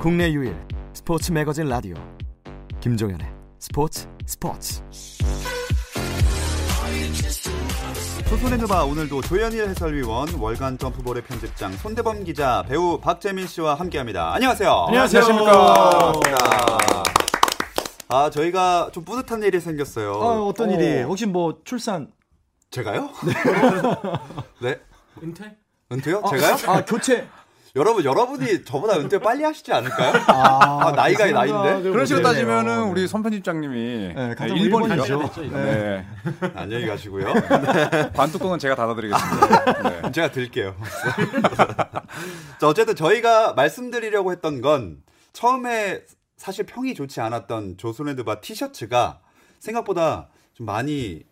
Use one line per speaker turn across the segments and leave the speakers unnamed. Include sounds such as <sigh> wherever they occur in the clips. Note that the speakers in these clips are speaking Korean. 국내 유일 스포츠 매거진 라디오 김종현의 스포츠 스포츠
소소네누바 오늘도 조현일 해설위원, 월간 점프볼의 편집장 손대범 기자, 배우 박재민 씨와 함께합니다. 안녕하세요.
안녕하십니까.
아 저희가 좀 뿌듯한 일이 생겼어요.
아, 어떤 일이? 혹시 뭐 출산?
제가요? <laughs> 네.
은퇴?
은퇴요? 제가요?
아, 교체.
여러분 여러분이 저보다 은퇴 빨리 하시지 않을까요? 아, 나이가 나인데.
그런 식으로
네.
따지면은 우리 선 편집장님이
네, 가장
일본이죠.
일본이죠.
네.
안녕히 가시고요.
반뚜껑은 제가 닫아드리겠습니다. 네.
제가 들게요. <laughs> 자, 어쨌든 저희가 말씀드리려고 했던 건 처음에 사실 평이 좋지 않았던 조선랜드바 티셔츠가 생각보다 좀 많이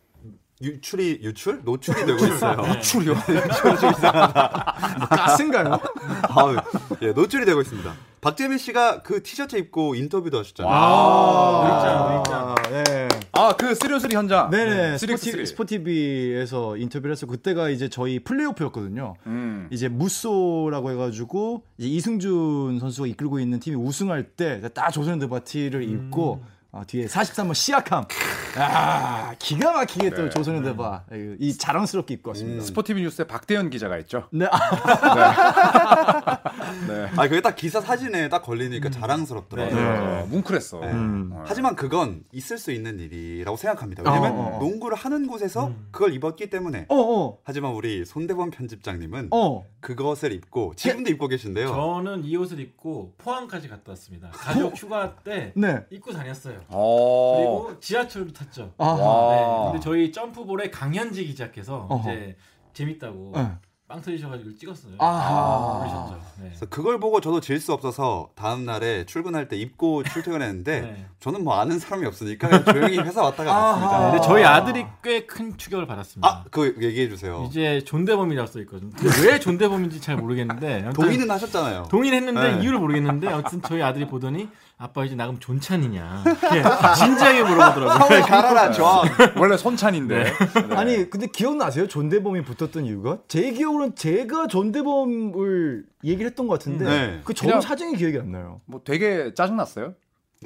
유출이 유출 노출이 되고 있어요. <laughs>
출요.
네. 뭐 가스인가요?
아우, 예, 노출이 되고 있습니다. 박재민 씨가 그 티셔츠 입고 인터뷰도 하셨잖아요.
아, 네.
아그 쓰리오쓰리 현장.
네네.
쓰리오쓰리.
스포티, 스포티비에서 인터뷰를 했어. 그때가 이제 저희 플레이오프였거든요.
음.
이제 무쏘라고 해가지고 이제 이승준 선수가 이끌고 있는 팀이 우승할 때 딱 조선 드바티를
음.
입고 아, 뒤에 43번 시약함. 아, 기가 막히게
네.
또 조선 드바 예, 이 자랑스럽게 입고 왔습니다.
스포티비 뉴스에 박대현 기자가 있죠.
네, 아,
네.
아 그게 딱 기사 사진에 딱 걸리니까 자랑스럽더라고요.
네.
어, 뭉클했어. 어.
네. 하지만 그건 있을 수 있는 일이라고 생각합니다. 왜냐면
어, 어, 어.
농구를 하는 곳에서
음.
그걸 입었기 때문에.
음.
어, 어,
하지만 우리 손대범 편집장님은
어.
그것을 입고 지금도 입고 계신데요.
저는 이 옷을 입고 포항까지 갔다 왔습니다. 가족 휴가 때
네.
입고 다녔어요.
어.
그리고 지하철도 탔죠.
아,
와.
네. 근데 저희 점프볼의 강현지 기자께서
어허.
이제 재밌다고
네.
빵 터지셔가지고 찍었어요.
아.
그러셨죠. 네.
그래서 그걸 보고 저도 질 수 없어서 다음 날에 출근할 때 입고 출퇴근했는데
네.
저는 뭐 아는 사람이 없으니까 그냥
<laughs>
조용히 회사 왔다가 왔습니다.
근데 저희 아들이 꽤 큰 추격을 받았습니다.
아, 그 얘기해 주세요.
이제 존대범이라고 써 있거든요. 근데 왜 존대범인지 잘 모르겠는데 아무튼
동의는 하셨잖아요. <laughs>
동의는 했는데 이유를 모르겠는데 아무튼 저희 아들이 보더니 아빠 이제 나가면 존찬이냐 이렇게 진지하게 물어보더라고요.
서울 가라라 저.
음.
원래 손찬인데. 네.
아니 근데 기억나세요? 존대범이 붙었던 이유가 제 기억으로는 제가 존대범을 얘기를 했던 것 같은데
네.
그 저도
그냥-
사진이 기억이 안 나요.
<laughs> 뭐 되게 짜증났어요.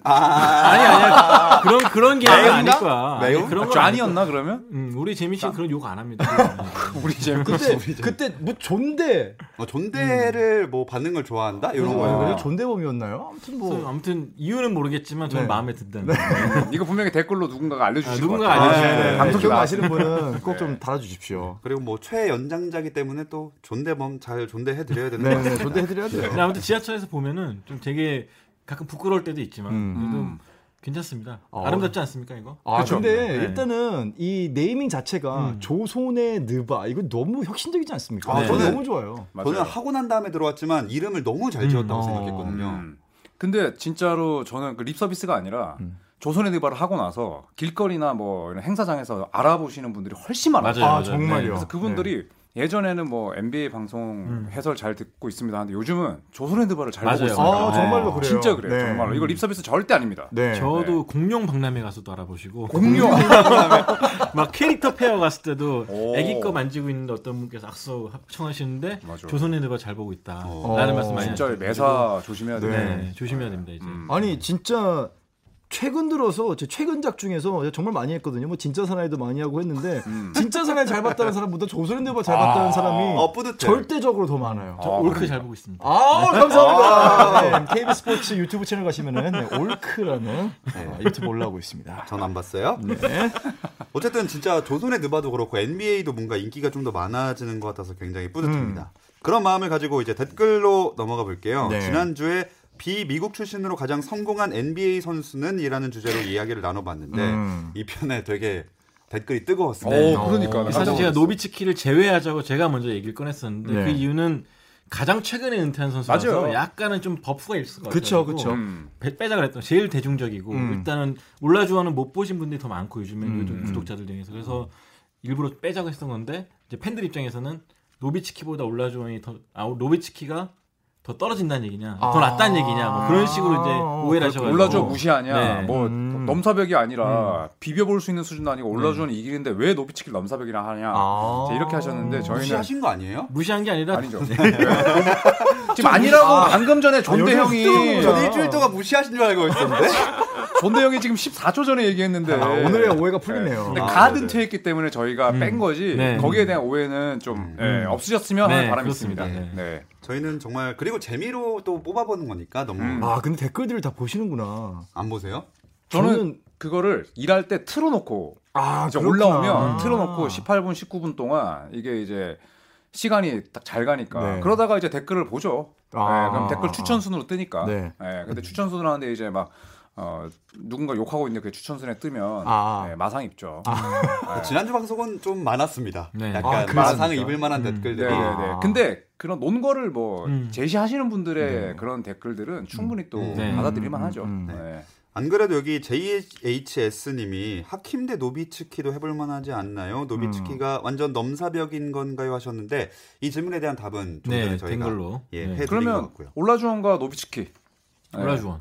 아,
아니 아니야 그런 그런 게 아니- 아닐 거야.
매우?
아니, 그런 건 아니-
쟈이었나 뭐 그러면?
음, 우리 재민 씨는 그런 욕 안 합니다.
<laughs>
우리 재민.
그때 그때 뭐 존대
뭐 존대를 뭐 받는 걸 좋아한다
음.
이런 거예요.
그래요? 존대범이었나요? 아무튼
그래서
뭐
아무튼 이유는 모르겠지만 저는
네.
마음에 든다는. 거예요.
이거 분명히 댓글로 누군가가 알려주실
아,
것
누군가가
같아요. 네.
알려주실 거예요.
네, 방송
방송
좀
나
아시는 분은 꼭 좀 달아주십시오.
그리고 뭐 최연장자기 때문에 또 존대범 잘 존대해 드려야 되는 거
네, 네, 존대해드려야 돼요.
근데 아무튼 지하철에서 보면은 좀 되게 가끔 부끄러울 때도 있지만 그래도
음.
괜찮습니다. 아름답지 않습니까 이거?
음. 어. 아,
그쵸.
근데
네.
일단은 이 네이밍 자체가 조선의 느바 이거 너무 혁신적이지 않습니까?
아,
저는
저는-
너무 좋아요.
저는 하고 난 다음에 들어왔지만 이름을 너무 잘 지었다고
음.
생각했거든요.
음. 근데 진짜로 저는 그 립 서비스가 아니라 조선의 드바를 하고 나서 길거리나 뭐 이런 행사장에서 알아보시는 분들이 훨씬 많아요. 네,
맞아요, 맞아요.
정말요.
그래서 그분들이 예전에는 뭐 NBA 방송 해설 잘 듣고 있습니다. 근데 요즘은 조선의 드바를 잘 보고
맞아요.
있습니다.
아,
네.
정말로 그래요.
진짜 그래요.
네.
정말로 이거 립 서비스 절대 아닙니다.
네.
저도 공룡 박람회 가서도 알아보시고
공룡.
<laughs>
막 캐릭터 페어 갔을 때도
오.
애기 거 만지고 있는데 어떤 분께서 악수 합청하시는데
맞아.
조선의 드바 잘 보고 있다.
오.
라는 말씀 많이
진짜
하셨죠.
매사 조심해야
네.
돼요.
네, 조심해야 됩니다 이제.
음.
아니 진짜 최근 들어서 제 최근작 중에서 정말 많이 했거든요. 뭐 진짜 사나이도 많이 하고 했는데 진짜 사나이 잘 봤다는 사람보다 조선인들보다 잘 봤다는 사람이
어, 뿌듯해.
절대적으로 더 많아요.
저 올크 어, 잘 보고 있습니다.
아 감사합니다. 네, KB 스포츠 유튜브 채널 가시면은 네, 올크라는
네.
어, 유튜브 올라오고 있습니다.
전 안 봤어요.
네.
<laughs> 어쨌든 진짜 조선의 느바도 그렇고 NBA도 뭔가 인기가 좀 더 많아지는 것 같아서 굉장히 뿌듯합니다. 그런 마음을 가지고 이제 댓글로 넘어가 볼게요.
네.
지난주에 비미국 출신으로 가장 성공한 NBA 선수는 이라는 주제로 이야기를 나눠봤는데
음. 어,
이 편에 되게 댓글이 뜨거웠습니다.
오, 그러니까 나
예, 사실
깜짝
제가
놀랐어.
노비츠키를 제외하자고 제가 먼저 얘기를 꺼냈었는데
네.
그 이유는 가장 최근에 은퇴한 선수라서
맞아요.
약간은 좀 버프가 있을 것 같아요.
그쵸, 그쵸.
음.
빼- 빼자 그랬던 제일 대중적이고
음.
일단은 올라주와는 못 보신 분들이 더 많고 요즘에 요즘 구독자들 중에서 그래서 일부러 빼자고 했던 건데 이제 팬들 입장에서는 노비츠키보다 올라주원이 더 아 노비츠키가 더 떨어진다는 얘기냐, 더 낫다는 얘기냐, 뭐 그런 식으로 이제 오해를 하셔가지고
올라주어 무시하냐,
네.
뭐
음.
넘사벽이 아니라 비벼볼 수 있는 수준도 아니고 올라주는 이기는데 왜 노비치킬 넘사벽이라 하냐,
아.
이제 이렇게 하셨는데 저희는
무시하신 거 아니에요?
무시한 게 아니라
아니죠.
네.
<laughs> 지금 아니라고 방금 전에 존대
여기서
형이
네.
저는 일주일 동안 무시하신 줄 알고
<laughs>
있었는데
존대 형이 지금 14초 전에 얘기했는데
아, 오늘의 오해가 풀리네요.
근데
아,
가
네네.
은퇴했기 때문에 저희가 뺀 거지
네.
거기에 대한 오해는 좀
음.
예, 없으셨으면 하는
네,
바람이
그렇습니다.
있습니다. 네.
저희는 정말 그리고 재미로 또 뽑아보는 거니까 너무
음.
아 근데 댓글들을 다 보시는구나.
안 보세요?
저는,
저는-
그거를 일할 때 틀어놓고
아
이제
그렇구나.
올라오면 틀어놓고 18분 19분 동안 이게 이제 시간이 딱 잘 가니까
네.
그러다가 이제 댓글을 보죠.
아.
예, 그럼 댓글 추천순으로 뜨니까.
네.
예, 근데 추천순으로 하는데 이제 막 어, 누군가 욕하고 있는데 그 추천순에 뜨면
아.
예, 마상 입죠.
지난주 방송은 좀 많았습니다.
네.
아,
약간
그렇습니까?
마상을 입을 만한 댓글들이
네네네.
아.
근데 그런 논거를 뭐
음.
제시하시는 분들의 그런 댓글들은 충분히 또
네.
받아들일만 하죠.
음.
네.
안 그래도 여기 JHS님이 하킴 대 노비츠키도 해볼만하지 않나요? 노비츠키가 완전 넘사벽인 건가요? 하셨는데 이 질문에 대한 답은 좀 전에
네,
저희가
된 걸로
예,
네.
해드린 것
그러면
같고요.
올라주원과 노비츠키. 네.
올라주원.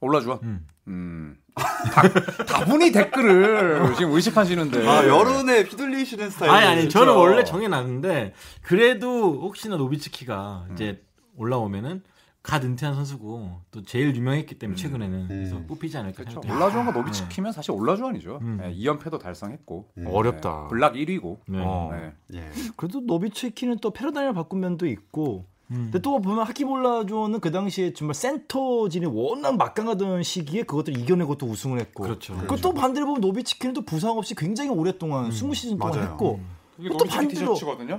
올라주원.
음.
음. 다, 다분히 댓글을 지금 의식하시는데.
아 여론에 휘둘리시는 스타일.
아니 아니
진짜.
저는 원래 정해놨는데 그래도 혹시나 노비츠키가 이제 올라오면은 갓 은퇴한 선수고 또 제일 유명했기 때문에 최근에는 그래서 뽑히지 않을까
그렇죠.
생각돼요.
올라주원과 노비츠키면 사실 올라주원이죠.
음.
네, 2연패도 달성했고.
어렵다.
네, 블락 1위고.
네.
어.
네.
예.
아, 그래도 노비츠키는 또 패러다임을 바꾼 면도 있고
음.
근데 또 보면 하키볼라조는 그 당시에 정말 센터진이 워낙 막강하던 시기에 그것들을 이겨내고 또 우승을 했고
그렇죠.
그리고 또 반대로 보면 노비츠키는 또 부상 없이 굉장히 오랫동안
음,
20시즌 동안
맞아요.
했고
이게
또
노비츠키
반대로-
티셔츠거든요.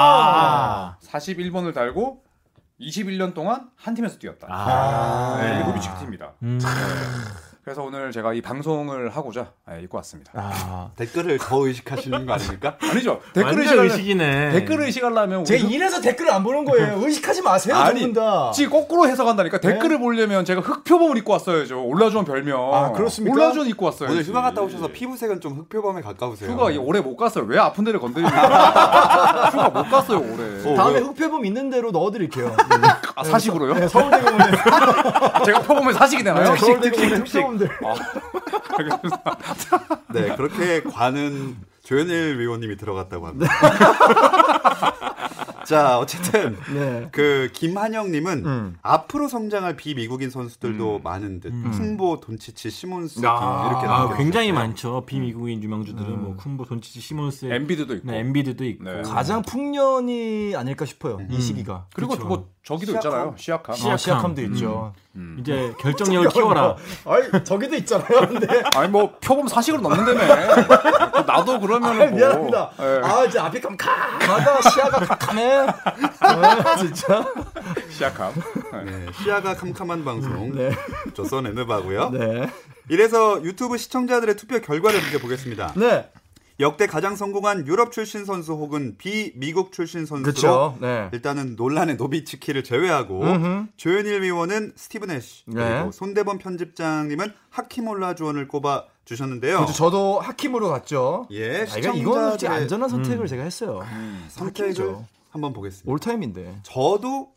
아,
41번을 달고 21년 동안 한 팀에서 뛰었다.
아.
네, 이게 노비츠키 팀입니다.
음.
그래서 오늘 제가 이 방송을 하고자 예, 입고 왔습니다.
아.
댓글을 더 의식하시는 거 아닙니까?
아니죠. 댓글
완전
의식하려면
의식이네.
댓글 의식하려면
제가
우리-
이래서 댓글을 안 보는 거예요 의식하지 마세요
아니,
두분 다.
지 거꾸로 해석한다니까 댓글을 보려면 제가 흑표범을 입고 왔어야죠. 올라주원 별명.
아, 그렇습니까?
올라주원 입고 왔어요.
오늘 휴가 갔다 오셔서 피부색은 좀 흑표범에 가까우세요.
네. 휴가 이- 올해 못 갔어요. 왜 아픈 데를 건드립니까? 휴가 못 갔어요 올해.
어,
다음에
왜-
흑표범 있는 대로 넣어드릴게요 네.
아, 사식으로요?
네,
서울대공원에
아, 제가 표범을 사식이 되나요? 아,
서울대공원에 흑표범들
네 그렇게 관은 조현일 위원님이
<laughs>
들어갔다고 합니다. 자 어쨌든
네. 음.
그 김한영님은 앞으로 성장할 비미국인 선수들도 많은 듯 쿤보, 돈치치, 시몬스
야.
등 이렇게
음. 아,
남겨주셨어요.
굉장히 많죠. 비미국인 유망주들은 뭐 쿤보, 돈치치, 시몬스,
엠비드도 있고.
네, 엠비드도 있고.
네.
가장 풍년이 아닐까 싶어요 이 시기가
그리고
그쵸.
뭐 저기도
시약함?
있잖아요. 시약함.
시약-
어, 시약함도 있죠
이제 결정력을 키워라.
아이 저기도 있잖아요. 근데
아니 뭐 표범 사식으로 넣는다며. 나도 그러면은 뭐.
아, 미안합니다.
예,
아 이제 앞이 깜깜하다 시야가 깜깜해. 아, 진짜.
시약함. 예.
네, 시야가 캄캄한 방송
네.
저 써내느바고요.
네.
이래서 유튜브 시청자들의 투표 결과를 먼저 보겠습니다.
네.
역대 가장 성공한 유럽 출신 선수 혹은 비미국 출신 선수로
그렇죠. 네.
어.
일단은 논란의 노비츠키를 제외하고 조현일 위원은 스티븐 애쉬
네.
그리고 손대범 편집장님은 하키몰라 주원을 꼽아 주셨는데요.
그렇죠. 저도 하킴으로 갔죠.
예,
아, 이건 이건 솔직히
시청자들의 음.
안전한 선택을 제가 했어요.
선택을
하킴이죠.
한번 보겠습니다.
올타임인데.
저도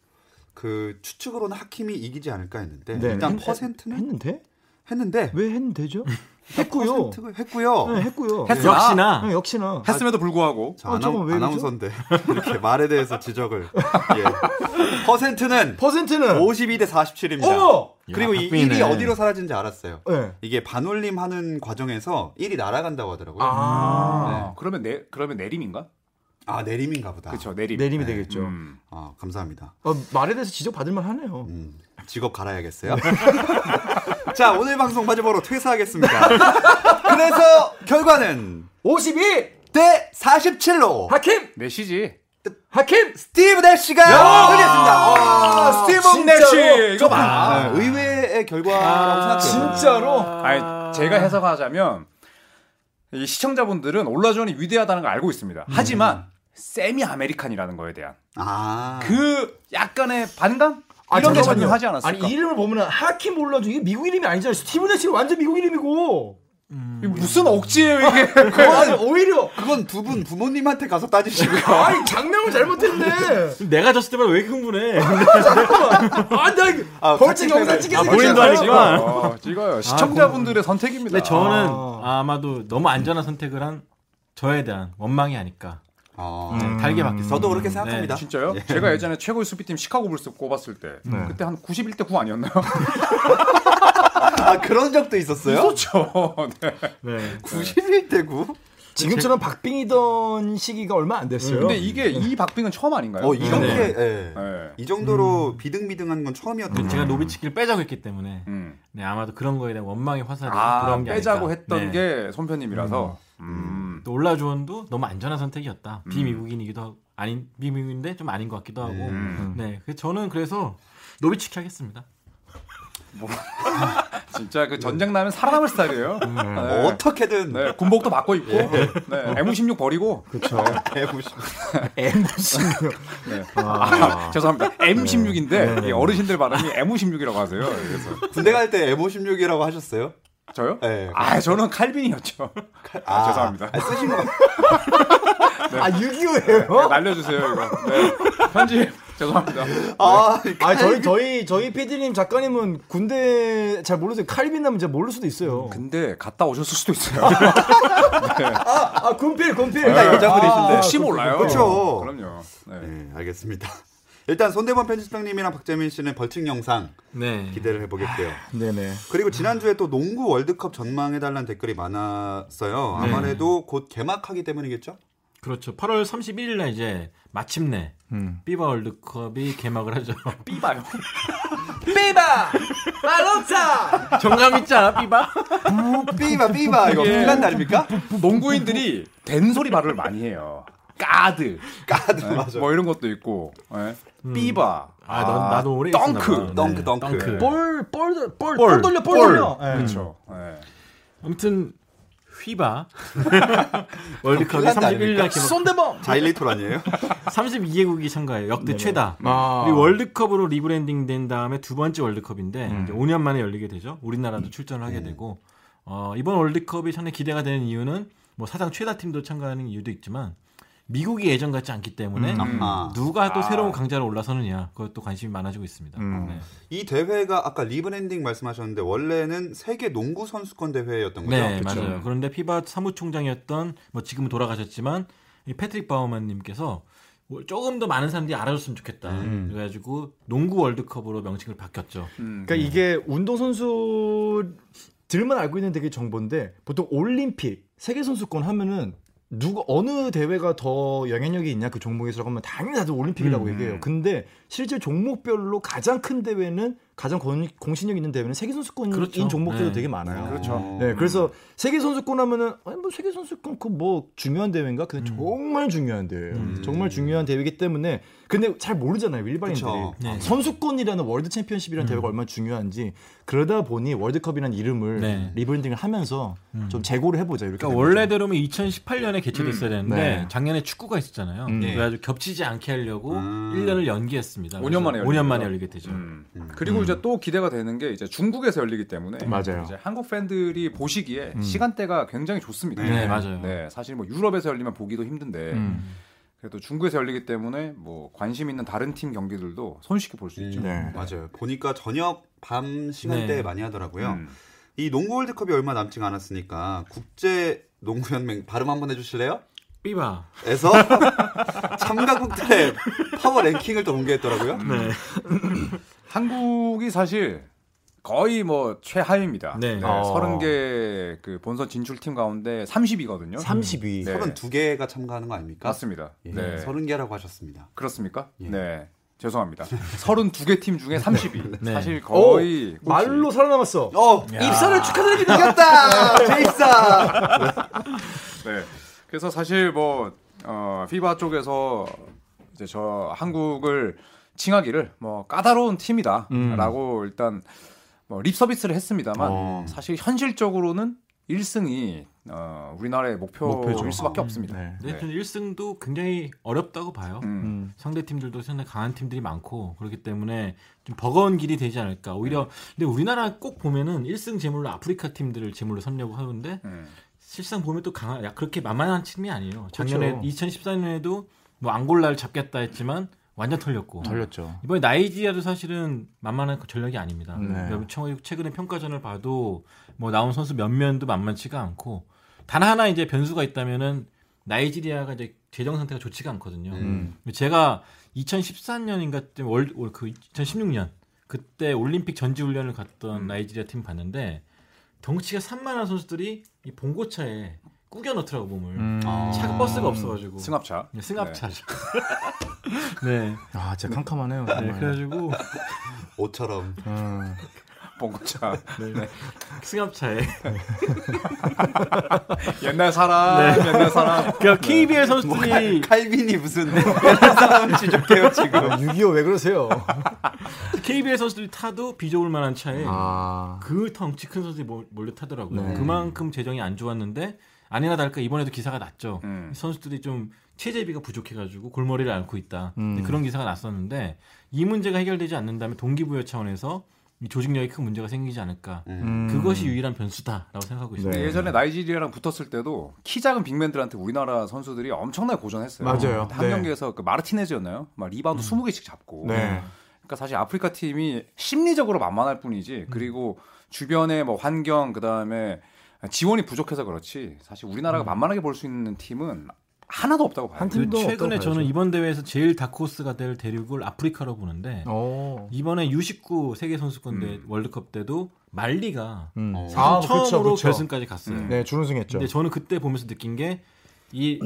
그 추측으로는 하킴이 이기지 않을까 했는데
네.
일단
했-
퍼센트는
했는데
했는데
왜
<laughs>
했는데죠? 했고요.
퍼센트를 했고요.
네, 했고요.
했으나
역시나
네, 역시나.
했음에도 불구하고
자,
어,
아나,
저건 왜 그러죠?
아나운서인데 <laughs> 이렇게 말에 대해서 지적을 예. 퍼센트는
퍼센트는
52대 47입니다.
어머!
예.
그리고 이 1이 어디로 사라진지 알았어요.
네.
이게 반올림 하는 과정에서 1이 날아간다고 하더라고요. 아,
아.
아, 그러면 내 그러면 내림인가?
내림인가 보다.
그렇죠. 내림.
내림이 되겠죠.
음.
아, 감사합니다.
어, 말에 대해서 지적 받을 만 하네요.
음, 직업 갈아야겠어요. <laughs> 자, 오늘 방송 마지막으로 퇴사하겠습니다. <laughs> 그래서 결과는
52
대 47로
하킴
내시지.
하킴
스티브 넷시가
아,
승리했습니다. 스티브
넷시 이거 봐.
아, 의외의 결과라고
아.
생각해요.
진짜로
아니 제가 해석하자면 이 시청자분들은 올라존이 위대하다는 걸 알고
음.
있습니다. 하지만 세미 아메리칸이라는 거에 대한
아,
그 약간의 반감
아,
이런 게
잠깐만요.
전혀 하지 않았을까?
아니 이름을 보면 하킴 몰라주 이게 미국 이름이 아니잖아요. 스티븐 애쉬가 완전 미국 이름이고
이게 무슨 억지예요 이게?
아니, 오히려
그건 두 분 부모님한테 가서 따지시고요.
아니 장명을 잘못했네.
내가 졌을 때마다 왜 이렇게 흥분해?
아나 이거
아, 같이
벌칙
찍어요.
영상 찍게
아,
생겼어.
본인도 하니까.
찍어요. 찍어요. 아, 시청자분들의 선택입니다.
근데 저는 아. 마도 너무 안전한 선택을 한 저에 대한 원망이 아닐까.
아,
네, 달게 받겠습니다.
저도 그렇게
네.
생각합니다.
진짜요? 제가 예전에 최고의 수비팀 시카고 불스 꼽았을 때 그때 한 91대 9 아니었나요?
아 그런 적도
<laughs>
있었어요?
그렇죠. 네.
91대 9?
지금처럼 박빙이던 시기가 얼마 안 됐어요.
근데 이게 이 박빙은 처음 아닌가요?
어 이렇게
네.
예.
네.
이 정도로 비등비등한 건 처음이었던
근데
것
그 제가
같아요.
노비치기를 빼자고 했기 때문에
음.
네, 아마도 그런 거에 대한 원망의 화살이
아
돌아온 게
빼자고
아닐까.
했던
네.
게 손편님이라서. 음.
또 올라주원도 너무 안전한 선택이었다. 비미국인이기도 하고 아닌 비미국인데 좀 아닌 것 같기도 하고.
음.
네, 그래서 저는 그래서 노비치기 하겠습니다.
뭐, <laughs> 진짜 그 전쟁 나면 살아남을 스타일이에요. 네.
어떻게든
네, 군복도 바꿔 입고,
예.
네, M16 버리고,
해보시.
아, <laughs> 죄송합니다.
네.
M16인데 어르신들 발음이 M16이라고 하세요. 그래서
군대 갈 때 M56이라고 하셨어요?
저요?
네.
아, 저는 칼빈이었죠. 아, 죄송합니다.
아, 쓰신 거
아 6.25예요?
네, 날려주세요 이거. 네. 편집 죄송합니다.
아,
아 저희 저희 저희 PD님 작가님은 군대 잘 모르세요. 칼빈 나면 이제 모를 수도 있어요.
네, 근데 갔다 오셨을 수도 있어요. 네.
아 군필 군필.
다 그러니까 여자분이신데.
아, 혹시 몰라요.
그렇죠.
그럼요. 네.
<laughs> 네, 알겠습니다. 일단 손대범 편집장님이랑 박재민 씨는 벌칙 영상
네.
기대를 해보겠고요.
네네.
그리고 지난주에 또 농구 월드컵 전망해달라는 댓글이 많았어요. 아무래도 곧 개막하기 때문이겠죠?
그렇죠. 8월 31일 날 이제 마침내
음.
피바 월드컵이 개막을 하죠. <laughs>
삐봐요.
비바 마로차.
정감 있지 않아, 피바?
삐바 삐바 이거
예.
공간 날입니까?
농구인들이 된소리 발음을 많이 해요. 까드,
까드 맞아.
뭐 이런 것도 있고, 네. 삐바.
아, 넌 나도 오래
덩크.
있었나 봐.
덩크,
네,
덩크.
볼볼볼 볼
볼.
돌려 볼
볼.
돌려. 예.
그렇죠. 네.
아무튼
어,
휘바
큰일
월드컵이
났다,
31일 날
아닙니까?
개막
손대범.
자일리톨 아니에요?
32개국이 참가해요. 역대 최다. 그리고 월드컵으로 리브랜딩 된 다음에 두 번째 월드컵인데 이제 5년 만에 열리게 되죠. 우리나라도 출전을 하게 되고 어, 이번 월드컵이 상당히 기대가 되는 이유는 뭐 사상 최다 팀도 참가하는 이유도 있지만 미국이 예전 같지 않기 때문에
아하.
누가 또 새로운 강자로 올라서느냐 그것도 관심이 많아지고 있습니다. 네.
이 대회가 아까 리브랜딩 말씀하셨는데 원래는 세계 농구 선수권 대회였던 거죠? 그렇죠?
네, 맞아요. 그런데 피바 사무총장이었던 뭐 지금은 돌아가셨지만 이 패트릭 바우만님께서 뭐 조금 더 많은 사람들이 알아줬으면 좋겠다.
음.
그래가지고 농구 월드컵으로 명칭을 바뀌었죠.
그러니까 이게 운동 선수들만 알고 있는 되게 정보인데 보통 올림픽 세계 선수권 하면은 누가 어느 대회가 더 영향력이 있냐 그 종목에서 하면 당연히 다들
음,
올림픽이라고 얘기해요. 근데 실제 종목별로 가장 큰 대회는 가장 권- 공신력 있는 대회는 세계 선수권인
그렇죠.
종목들도
네.
되게 많아요.
어,
그렇죠.
음.
네, 그래서 세계 선수권 하면은 아니 뭐 세계 선수권 그 뭐 중요한 대회인가?
음.
근데 정말 중요한 대회예요. 정말 중요한 대회이기 때문에 근데 잘 모르잖아요 일반인들이
그쵸.
네. 음.
선수권이라는 월드 챔피언십이라는 대회가 얼마나 중요한지 그러다 보니 월드컵이라는 이름을
네.
리브랜딩을 하면서 음. 좀 재고를 해보자 이렇게.
그러니까 원래대로면 2018년에 개최됐어야 되는데
네.
작년에 축구가 있었잖아요.
네.
그래가지고 겹치지 않게 하려고 1년을 연기했습니다.
아. 5년 만에 열리죠.
5년 만에 열리게 되죠.
음. 그리고 이제 또 기대가 되는 게 이제 중국에서 열리기 때문에
맞아요.
이제 한국 팬들이 보시기에 시간대가 굉장히 좋습니다.
음. 네, 네, 맞아요. 음.
네, 사실 뭐 유럽에서 열리면 보기도 힘든데 그래도 중국에서 열리기 때문에 뭐 관심 있는 다른 팀 경기들도 손쉽게 볼 수 있죠.
네.
맞아요. 보니까 저녁 밤 시간대에
네.
많이 하더라고요.
음.
이 농구 월드컵이 얼마 남지 않았으니까 국제 농구 연맹 발음 한번 해주실래요?
삐바.
에서 <laughs> 참가국들의 파워 랭킹을 또 공개했더라고요.
네. 한국이 사실 거의 뭐 최하위입니다.
네.
어.
30개 그 본선 진출 팀 가운데 30위거든요.
32.
네.
32개가 참가하는 거 아닙니까?
맞습니다.
예,
네.
30개라고 하셨습니다.
그렇습니까? 네. 죄송합니다. 32개 팀 중에 30위. 사실 거의
오, 말로 살아남았어.
어!
입사를 축하드립니다. 아,
이겼다!
네.
제입사!
네. 그래서 사실 뭐 어, 피바 쪽에서 이제 저 한국을 칭하기를 뭐 까다로운 팀이다라고 일단 뭐 립서비스를 했습니다만 사실 현실적으로는 1승이 어, 우리나라의 목표일
목표죠.
수밖에 없습니다.
네.
네.
근데 저는 1승도 굉장히 어렵다고 봐요.
음.
음.
상대 팀들도 상당히 강한 팀들이 많고 그렇기 때문에 좀 버거운 길이 되지 않을까. 오히려
네.
근데 우리나라 꼭 보면은 1승 제물로 아프리카 팀들을 제물로 삼려고 하는데
음.
실상 보면 또 강한 야, 그렇게 만만한 팀이 아니에요. 작년에
그렇죠.
2014년에도 뭐 앙골라를 잡겠다 했지만 완전 털렸고
덜렸죠.
이번에 나이지리아도 사실은 만만한 그 전력이 아닙니다.
네.
여러분, 최- 최근에 평가전을 봐도 뭐 나온 선수 몇 면도 만만치가 않고 단 하나 이제 변수가 있다면은 나이지리아가 이제 재정 상태가 좋지가 않거든요.
음.
제가 2014년인가 때월그 2016년 그때 올림픽 전지 훈련을 갔던 나이지리아 팀 봤는데 덩치가 산만한 선수들이 이 봉고차에 꾸겨 넣더라고 몸을. 차가 버스가 없어가지고
음. 승합차.
네, 승합차죠. <laughs> 네.
아, 진짜 캄캄하네요.
네,
정말.
그래가지고
옷처럼
음.
네. 봉고차. <laughs> 네.
승합차에
옛날 사람. 옛날 사람.
<laughs> 네.
그러니까 KBL 선수들이
칼빈이 무슨 이런 <laughs> 사람 지적해요 지금.
6.25 왜 그러세요?
KBL 선수들이 타도 비좁을 만한 차에
아,
그 덩치 큰 선수들이 몰- 몰려 타더라고요.
네.
그만큼 재정이 안 좋았는데 아니나 다를까 이번에도 기사가 났죠.
음.
선수들이 좀 체제비가 부족해가지고 골머리를 앓고 있다.
음.
근데 그런 기사가 났었는데 이 문제가 해결되지 않는다면 동기부여 차원에서 이 조직력에 큰 문제가 생기지 않을까.
음.
그것이 유일한 변수다라고 생각하고 있습니다.
네.
예전에 나이지리아랑 붙었을 때도 키 작은 빅맨들한테 우리나라 선수들이 엄청나게 고전했어요.
맞아요.
한
네. 음.
경기에서 그 마르티네즈였나요? 막 리바운드 20개씩 잡고.
네.
그러니까 사실 아프리카 팀이 심리적으로 만만할
음.
뿐이지 그리고 주변의 뭐 환경 그다음에 지원이 부족해서 그렇지 사실 우리나라가 만만하게 볼 수 있는 팀은 하나도 없다고 봐요.
음. 한
그
팀도
최근에
없다고
저는
봐야죠.
이번 대회에서 제일 다크호스가 될 대륙을 아프리카로 보는데
어.
이번에 U19 세계 선수권 대회 월드컵 때도 말리가
음.
어.
아,
처음으로
그쵸, 그쵸.
결승까지 갔어요.
음.
네, 준우승했죠.
근데 저는 그때 보면서 느낀 게
<clears throat>
이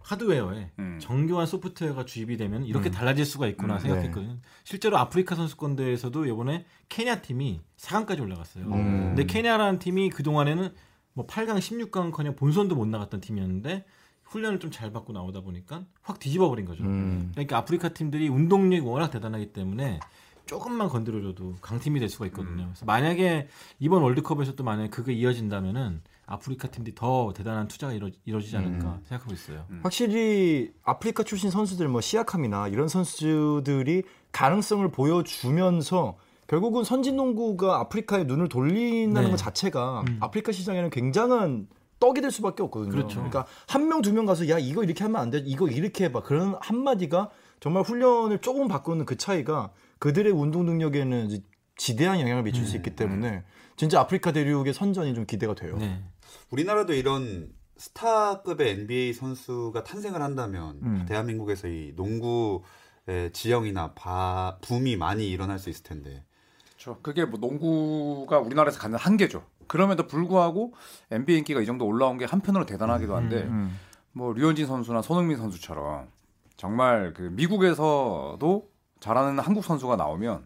하드웨어에
음.
정교한 소프트웨어가 주입이 되면 이렇게 달라질 수가 있구나
음,
생각했거든요. 실제로 아프리카 선수권 대회에서도 이번에 케냐 팀이 4강까지 올라갔어요.
음.
근데 케냐라는 팀이 그 동안에는 뭐 8강, 16강커녕 본선도 못 나갔던 팀이었는데 훈련을 좀 잘 받고 나오다 보니까 확 뒤집어버린 거죠.
음.
그러니까 아프리카 팀들이 운동력이 워낙 대단하기 때문에 조금만 건드려줘도 강팀이 될 수가 있거든요. 그래서 만약에 이번 월드컵에서 또 만약에 그게 이어진다면은 아프리카 팀들이 더 대단한 투자가 이루, 이루어지지 않을까 생각하고 있어요.
음. 확실히 아프리카 출신 선수들 뭐 시약함이나 이런 선수들이 가능성을 보여주면서 결국은 선진농구가 아프리카에 눈을 돌린다는
네.
것 자체가 아프리카 시장에는 굉장한 떡이 될 수밖에 없거든요.
그렇죠.
러니까 한 명 두 명 가서 야 이거 이렇게 하면 안 돼, 이거 이렇게 해봐. 그런 한 마디가 정말 훈련을 조금 바꾸는 그 차이가 그들의 운동 능력에는 이제 지대한 영향을 미칠
음.
수 있기 때문에 진짜 아프리카 대륙의 선전이 좀 기대가 돼요.
네.
우리나라도 이런 스타급의 NBA 선수가 탄생을 한다면
음.
대한민국에서 이 농구의 지형이나 바, 붐이 많이 일어날 수 있을 텐데
그렇죠. 그게 뭐 농구가 우리나라에서 갖는 한계죠. 그럼에도 불구하고 NBA 인기가 이 정도 올라온 게 한편으로 대단하기도 한데
네.
음.
뭐 류현진 선수나 손흥민 선수처럼 정말 그 미국에서도 잘하는 한국 선수가 나오면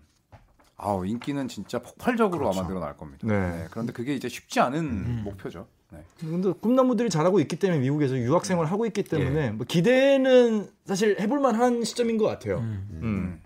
아우 인기는 진짜 폭발적으로 아마 늘어날 겁니다.
그렇죠. 네. 음.
네, 그런데 그게 이제 쉽지 않은 목표죠. 네.
근데 꿈나무들이 잘하고 있기 때문에 미국에서 유학 생활을 하고 있기 때문에 뭐 기대는 사실 해볼 만한 시점인 것 같아요. 음.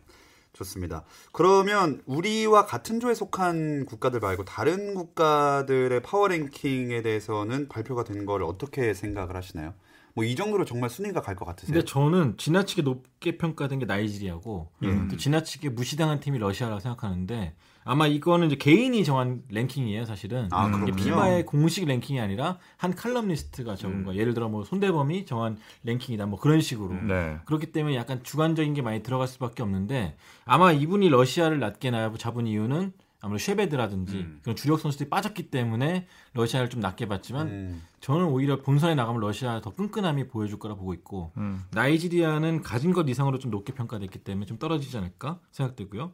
좋습니다. 그러면 우리와 같은 조에 속한 국가들 말고 다른 국가들의 파워랭킹에 대해서는 발표가 된 걸 어떻게 생각을 하시나요? 뭐 이 정도로 정말 순위가 갈 것 같으세요?
근데 네, 저는 지나치게 높게 평가된 게 나이지리아고
예.
또 지나치게 무시당한 팀이 러시아라고 생각하는데 아마 이거는 이제 개인이 정한 랭킹이에요, 사실은.
아, 그렇군요.
음,
음.
피바의 공식 랭킹이 아니라 한 칼럼니스트가 적은 거예요. 예를 들어 뭐 손대범이 정한 랭킹이다 뭐 그런 식으로.
음.
네.
그렇기 때문에 약간 주관적인 게 많이 들어갈 수밖에 없는데 아마 이분이 러시아를 낮게 나- 잡은 이유는 아무래도 쉐베드라든지 그런 주력 선수들이 빠졌기 때문에 러시아를 좀 낮게 봤지만
음.
저는 오히려 본선에 나가면 러시아 더 끈끈함이 보여줄 거라 보고 있고
음.
나이지리아는 가진 것 이상으로 좀 높게 평가됐기 때문에 좀 떨어지지 않을까 생각되고요.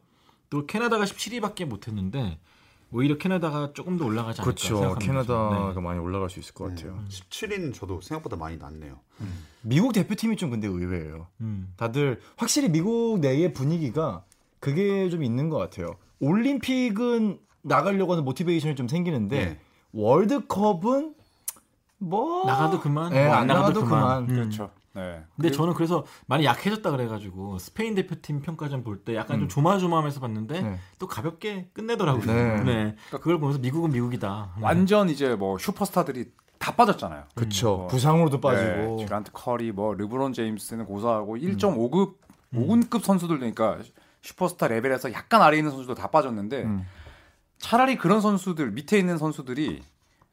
또 캐나다가 17위밖에 못했는데 오히려 캐나다가 조금 더 올라가지 않을까
그렇죠.
생각합니다. 네.
캐나다가 많이 올라갈 수 있을 것 같아요.
17위는 저도 생각보다 많이 낮네요.
미국 대표팀이 좀 근데 의외예요.
네. 음.
다들 확실히 미국 내의 분위기가 그게 좀 있는 것 같아요. 올림픽은 나가려고 하는 모티베이션이 좀 생기는데
예.
월드컵은 뭐
네. 나가도 그만,
예,
뭐
네, 안 나가도 그만.
음.
그렇죠. 네.
근데
그리고-
저는 그래서 많이 약해졌다 그래가지고 스페인 대표팀 평가전 볼 때 약간 좀 조마조마하면서 봤는데
네.
또 가볍게 끝내더라고요.
네.
네. 그걸 보면서 미국은 미국이다. 네.
완전 이제 뭐 슈퍼스타들이 다 빠졌잖아요.
그쵸.
음.
부상으로도
네,
빠지고.
듀란트 커리 뭐 르브론 제임스는 고사하고 1.5급
음.
5군급 선수들 그러니까 슈퍼스타 레벨에서 약간 아래 있는 선수들 다 빠졌는데
음.
차라리 그런 선수들 밑에 있는 선수들이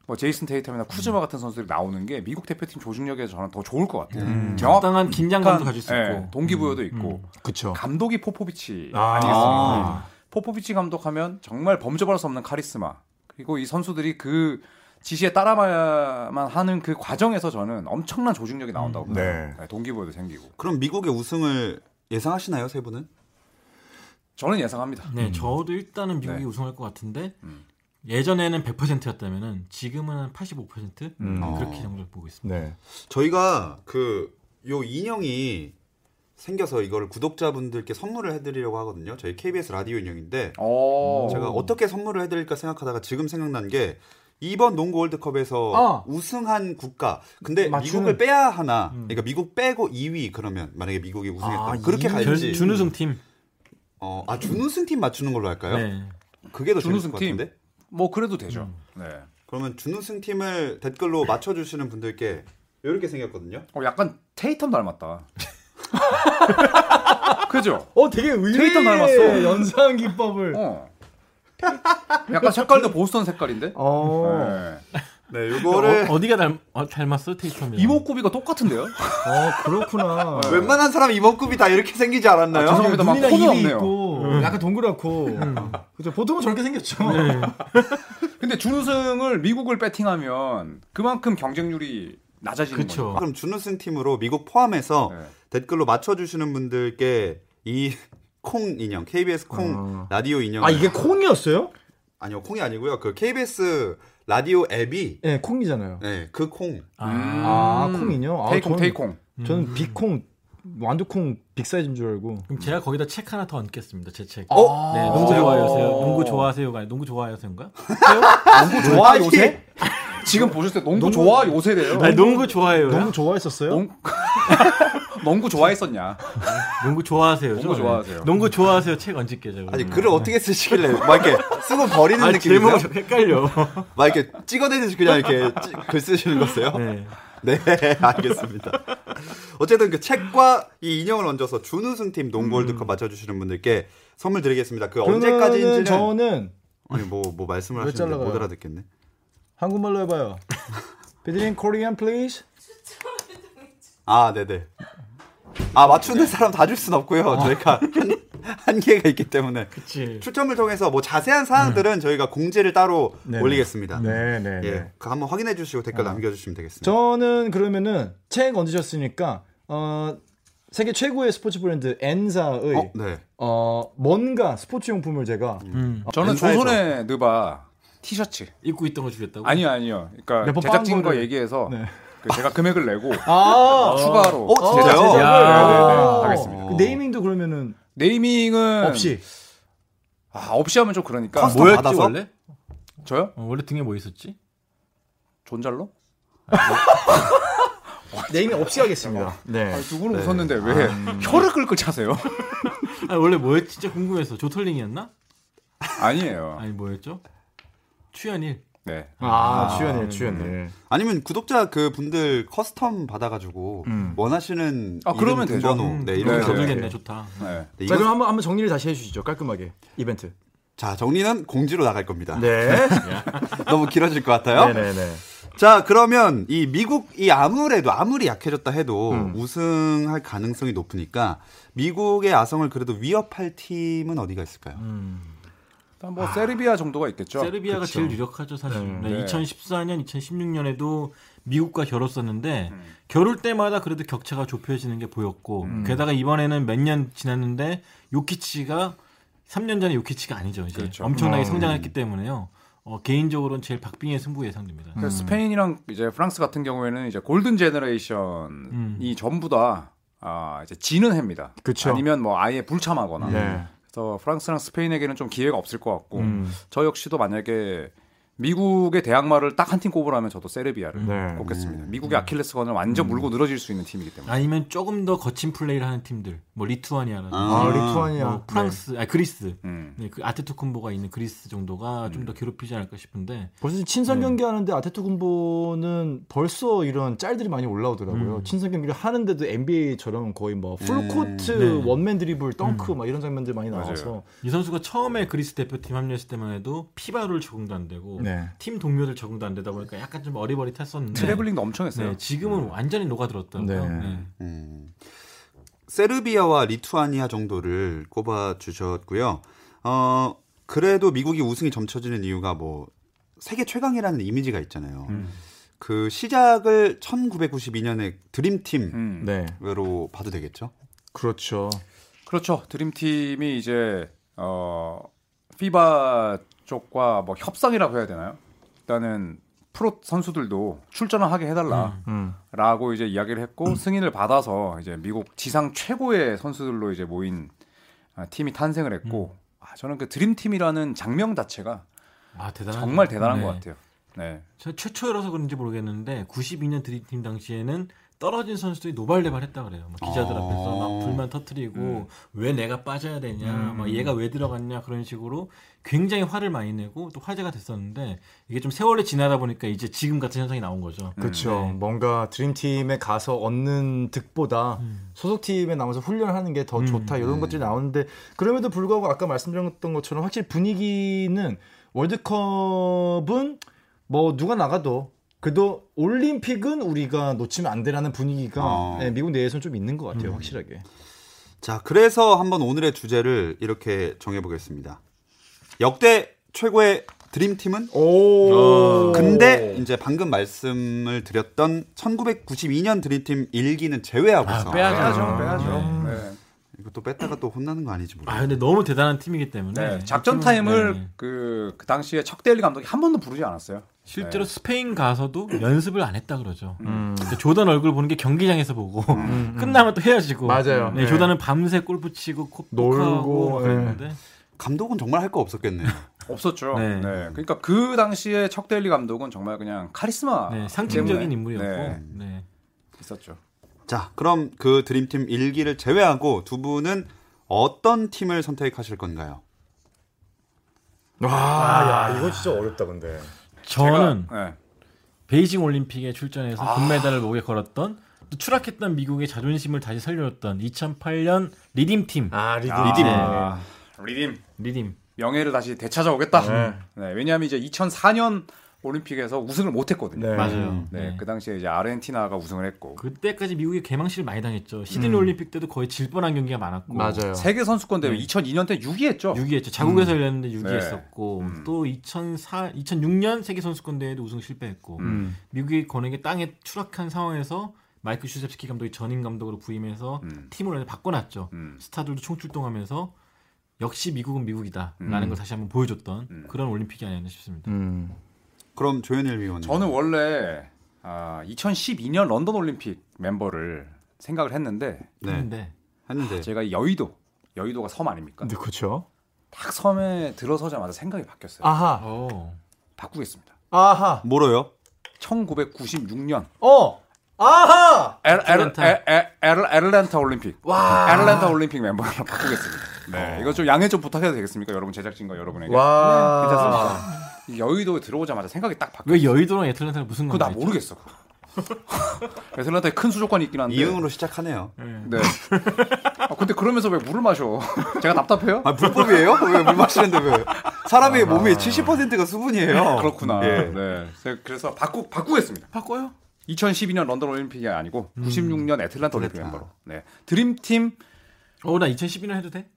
뭐 제이슨
음.
테이텀이나 쿠즈마 같은 선수들이 나오는 게 미국 대표팀 조직력에서 저는 더 좋을 것 같아요. 정확한
음. 적당한 긴장감도 가질 수
예,
있고 음.
동기부여도 있고
그쵸.
감독이 포포비치
그렇죠. 아.
아~ 니겠습니까 포포비치 감독하면 정말 범접할 수 없는 카리스마 그리고 이 선수들이 그 지시에 따라만 하는 그 과정에서 저는 엄청난 조직력이 나온다고 봅니다.
네.
네, 동기부여도 생기고
그럼 미국의 우승을 예상하시나요, 세 분은?
저는 예상합니다.
네, 저도 일단은 미국이
네.
우승할 것 같은데
음.
예전에는 100%였다면은 지금은 85%
음.
네, 그렇게 정도를 보고 있습니다.
네.
저희가 그 요 인형이 생겨서 이거를 구독자분들께 선물을 해드리려고 하거든요. 저희 KBS 라디오 인형인데
음,
오.
제가 어떻게 선물을 해드릴까 생각하다가 지금 생각난 게 이번 농구 월드컵에서
아.
우승한 국가 근데
맞추는-
미국을 빼야 하나 그러니까 미국 빼고 2위 그러면 만약에 미국이 우승했다
아,
그렇게
이-
결-
갈지
준우승 팀.
어, 아 준우승 팀 맞추는 걸로 할까요?
네.
그게 더 준우승
준우승
것
팀.
같은데
뭐 그래도 되죠. 네.
그러면 준우승 팀을 댓글로 맞춰주시는 분들께 이렇게 생겼거든요.
어, 약간 테이텀
<laughs>
닮았다. 그죠?
어, 되게 의외의
트위터 닮았어.
<laughs> 연상 기법을.
어. 약간 색깔도 보스턴 색깔인데.
어.
네.
네, 요거를
어, 디가 닮, 어, 닮았어 테이텀이?
이목구비가 똑같은데요?
아, 그렇구나.
어. 웬만한 사람 이목구비 다 이렇게 생기지 않았나요?
아, 죄송합니다. 막
눈이나
코는
입이
없네요.
있고 약간 동그랗고 그죠 보통은 저렇게 생겼죠.
근데 준우승을 미국을 배팅하면 그만큼 경쟁률이 낮아지는
그쵸.
거죠.
그럼 준우승 팀으로 미국 포함해서
네.
댓글로 맞춰주시는 분들께 이 콩 인형 KBS 콩 라디오 인형
아 이게 콩이었어요?
아니요 콩이 아니고요 그 KBS 라디오 앱이
네 콩이잖아요.
네, 그콩
음.
아 콩이요? 아,
테이콩
저는-
테이콩.
저는 빅콩 완두콩 빅사이즈인 줄 알고.
그럼 제가 거기다 책 하나 더 얹겠습니다. 제 책.
어?
네, 농구
어.
좋아하세요. 농구 좋아하세요가 아니라 농구 좋아하세요인가?
농구 좋아 요새? 지금 보셨을 때 농구 좋아 요새래요.
아니, 농구 좋아해요.
너무 네. 좋아했었어요.
농... 농구 좋아했었냐?
농구 좋아하세요.
농구 좋아하세요.
농구 좋아하세요. 책 얹을게 제가.
아니 글을 어떻게 쓰시길래 막 이렇게 쓰고 버리는
아니,
느낌이세요?
제목이 좀 헷갈려.
막 이렇게 찍어내듯이 그냥 이렇게 찌- 글 쓰시는 거세요?
네.
<laughs> 네, 알겠습니다. 어쨌든 그 책과 이 인형을 얹어서 준우승팀 농구 월드컵 맞춰주시는 분들께 선물 드리겠습니다. 그
<laughs> 음. 그러면은
언제까지인지는
저는
아니 뭐 뭐 말씀을
왜
하시는데 못
잘라가요?
알아듣겠네.
한국말로 <laughs> 해봐요. 비드린 코리안 플리즈.
아, 네네. 아
네.
맞추는 사람 다 줄 순 없고요.
아.
저희가 한, 한계가 있기 때문에
그치.
추첨을 통해서 뭐 자세한 사항들은 저희가 공지를 따로
음. 네네.
올리겠습니다.
네네. 아.
예, 그 한번 확인해 주시고 댓글 남겨주시면 되겠습니다.
저는 그러면은 책 얹으셨으니까 어, 세계 최고의 스포츠 브랜드 엔사의
어, 네.
어, 뭔가 스포츠 용품을 제가
음.
저는
엔사에서.
조선의 느바 티셔츠.
입고 있던 거 주겠다고?
아니요 아니요.
몇번
그러니까
빵
제작진과
거를-
얘기해서
네.
그 제가 금액을 내고
아
추가로
어, 진짜요?
제작진과-
야.
네, 네, 네,
아.
하겠습니다.
그 네이밍도 그러면은
네이밍은
없이
아 없이 하면 좀 그러니까
커스텀
뭐였지
받아서?
원래?
저요?
어, 원래 등에 뭐 있었지?
존잘로?
네이밍 없이 하겠습니다.
아,
네.
두 분은 웃었는데 왜 혀를 끌끌 차세요?
아니, 원래 뭐였지? 진짜 궁금해서. 조털링이었나?
아니에요.
아니, 뭐였죠? 출연일.
네.
아, 출연해, 출연해.
아니면 구독자 그 분들 커스텀 받아가지고 원하시는
아, 그러면
이름,
되죠.
등번호, 네
네, 네.
이런 거. 네,
음, 거들겠네, 좋다.
네.
이거-
자, 그럼 한번 한번 정리를 다시 해주시죠. 깔끔하게 이벤트.
자 정리는 공지로 나갈 겁니다.
네.
<laughs> 너무 길어질 것 같아요.
네네네.
자 그러면 이 미국이 아무래도 아무리 약해졌다 해도
음.
우승할 가능성이 높으니까 미국의 아성을 그래도 위협할 팀은 어디가 있을까요?
일단 뭐 세르비아 정도가 있겠죠.
세르비아가 제일 유력하죠 사실.
네.
네,
네.
2014년, 2016년에도 미국과 겨뤘었는데
음.
겨룰 때마다 그래도 격차가 좁혀지는 게 보였고
음.
게다가 이번에는 몇 년 지났는데 요키치가 3년 전에 요키치가 아니죠. 이제
그렇죠.
엄청나게 성장했기 때문에요. 어, 개인적으로는 제일 박빙의 승부 예상됩니다.
그러니까 스페인이랑 이제 프랑스 같은 경우에는 이제 골든 제너레이션이 전부 다 아, 이제 지는 해입니다.
그쵸.
아니면 뭐 아예 불참하거나.
네.
그래서 프랑스랑 스페인에게는 좀 기회가 없을 것 같고
음.
저 역시도 만약에 미국의 대항마를 딱 한 팀 꼽으라면 저도 세르비아를
네.
꼽겠습니다. 미국의 아킬레스건을 완전 물고 늘어질 수 있는 팀이기 때문에.
아니면 조금 더 거친 플레이를 하는 팀들, 뭐 리투아니아나
아,
아,
네.
리투아니아.
뭐 프랑스, 아 그리스,
음.
네, 그 아테토쿤보가 있는 그리스 정도가 좀 더 괴롭히지 않을까 싶은데
벌써 친선
네.
경기 하는데 아테토 군보는 벌써 이런 짤들이 많이 올라오더라고요.
음.
친선 경기를 하는데도 NBA처럼 거의 뭐
음.
풀코트
네.
원맨 드리블, 덩크 막 이런 장면들 많이 나와서
이 선수가 처음에 그리스 대표팀 합류했을 때만 해도 피바롤 적응도 안 되고
네.
팀 동료들 적응도 안 되다 보니까 약간 좀 어리버리했었는데
트래블링도 엄청 했어요.
네, 지금은 완전히 녹아들었더라고요.
네.
네.
음. 세르비아와 리투아니아 정도를 꼽아 주셨고요. 어, 그래도 미국이 우승이 점쳐지는 이유가 뭐 세계 최강이라는 이미지가 있잖아요. 그 시작을 1992년에 드림팀으로
음.
네.
봐도 되겠죠?
그렇죠.
그렇죠. 드림팀이 이제 어 피바 쪽과 뭐 협상이라고 해야 되나요? 일단은 프로 선수들도 출전을 하게 해달라라고
음.
이제 이야기를 했고 승인을 받아서 이제 미국 지상 최고의 선수들로 이제 모인 아, 팀이 탄생을 했고 아, 저는 그 드림팀이라는 장명 자체가
아 대단한
정말 대단한 것 같아요. 네,
저 최초라서 그런지 모르겠는데 92년 드림팀 당시에는 떨어진 선수들이 노발대발했다 그래요. 막 기자들
아.
앞에서 막 불만 터트리고
음.
왜 내가 빠져야 되냐, 막 얘가 왜 들어갔냐 그런 식으로 굉장히 화를 많이 내고 또 화제가 됐었는데 이게 좀 세월이 지나다 보니까 이제 지금 같은 현상이 나온 거죠.
그렇죠. 뭔가 드림팀에 가서 얻는 득보다 소속팀에 남아서 훈련하는 게 더 좋다 이런 것들이 나오는데 그럼에도 불구하고 아까 말씀드렸던 것처럼 확실히 분위기는 월드컵은 뭐 누가 나가도 그래도 올림픽은 우리가 놓치면 안 되라는 분위기가
어.
예, 미국 내에서는 좀 있는 것 같아요, 확실하게.
자, 그래서 한번 오늘의 주제를 이렇게 정해보겠습니다. 역대 최고의 드림팀은?
오.
근데 이제 방금 말씀을 드렸던 1992년 드림팀 일기는 제외하고서
아, 빼야죠, 빼야죠. 네.
이것도 뺐다가 또 혼나는 거 아니지
아
모르겠어요.
근데 너무 대단한 팀이기 때문에
네, 작전
팀은-
타임을
네.
그, 그 당시에 척데일리 감독이 한 번도 부르지 않았어요.
실제로 스페인 가서도 연습을 안 했다 그러죠.
음,
그러니까 조던 얼굴 보는 게 경기장에서 보고 끝나면 또 헤어지고
맞아요.
네,
네.
조던은 밤새 골프 치고 코
놀고,
놀고 그랬는데
감독은 정말 할 거 없었겠네요. <laughs>
없었죠.
네.
네. 그러니까 그 당시에 척데일리 감독은 정말 그냥 카리스마
네, 상징적인
때문에,
인물이었고
아, 네,
네.
있었죠.
자, 그럼 그 드림팀 일기를 제외하고 두 분은 어떤 팀을 선택하실 건가요?
와, 아, 야, 이거 진짜 어렵다 근데.
저는
제가, 네.
베이징 올림픽에 출전해서 금메달을 목에 걸었던 또 추락했던 미국의 자존심을 다시 살려줬던 2008년 리딤 팀 네.
아, 리듬. 네.
리딤. 리딤.
리딤
명예를 다시 되찾아오겠다. 네. 왜냐하면 이제 2004년 올림픽에서 우승을 못했거든요.
네.
맞아요.
네,
네.
그 당시에 이제 아르헨티나가 우승을 했고
그때까지 미국이 개망신을 많이 당했죠. 시드니 올림픽 때도 거의 질 뻔한 경기가 많았고
맞아요.
세계 선수권
네.
대회 2002년 때 6위했죠.
6위했죠. 자국에서 열렸는데
네.
6위했었고 또 2004, 2006년 세계 선수권 대회도 우승 실패했고
음.
미국이 권에게 땅에 추락한 상황에서 마이클 슈셉스키 감독이 전임 감독으로 부임해서 팀을 완전히 바꿔놨죠.
음.
스타들도 총출동하면서 역시 미국은
음.
미국이다라는 걸 다시 한번 보여줬던 그런 올림픽이 아니었나 싶습니다.
음.
그럼 조현일 위원님.
저는 원래 아, 2012년 런던 올림픽 멤버를 생각을 했는데
네.
근데
했는데
제가 여의도 여의도가 섬 아닙니까?
네, 그렇죠.
딱 섬에 들어서자마자 생각이 바뀌었어요.
아하.
어,
바꾸겠습니다.
아하.
뭐로요?
1996년
어. 아하.
애틀랜타.
애틀랜타 올림픽. 와. 애틀랜타 올림픽 멤버로 바꾸겠습니다. 네, 이거 좀 양해 좀 부탁해도 되겠습니까, 여러분 제작진과 여러분에게.
와.
괜찮습니다. 이 여의도에 들어오자마자 생각이 딱 바뀌어.
왜 여의도랑 애틀랜타랑 무슨
그거 나
관계죠?
모르겠어. 그거. <laughs> 애틀랜타에 큰 수족관이 있긴 한데.
이응으로 시작하네요.
네. 아, 근데 그러면서 왜 물을 마셔? <laughs> 제가 답답해요?
아, 불법이에요? 왜 물 마시는데 왜? 사람의 몸의 70%가 수분이에요.
아. <laughs> 그렇구나.
예.
네. 제가 그래서 바꾸 바꾸겠습니다.
바꿔요?
2012년 런던 올림픽이 아니고 96년 애틀랜타 올림픽
애틀랜타.
멤버로. 네. 드림팀
어, 나 2012년 해도 돼?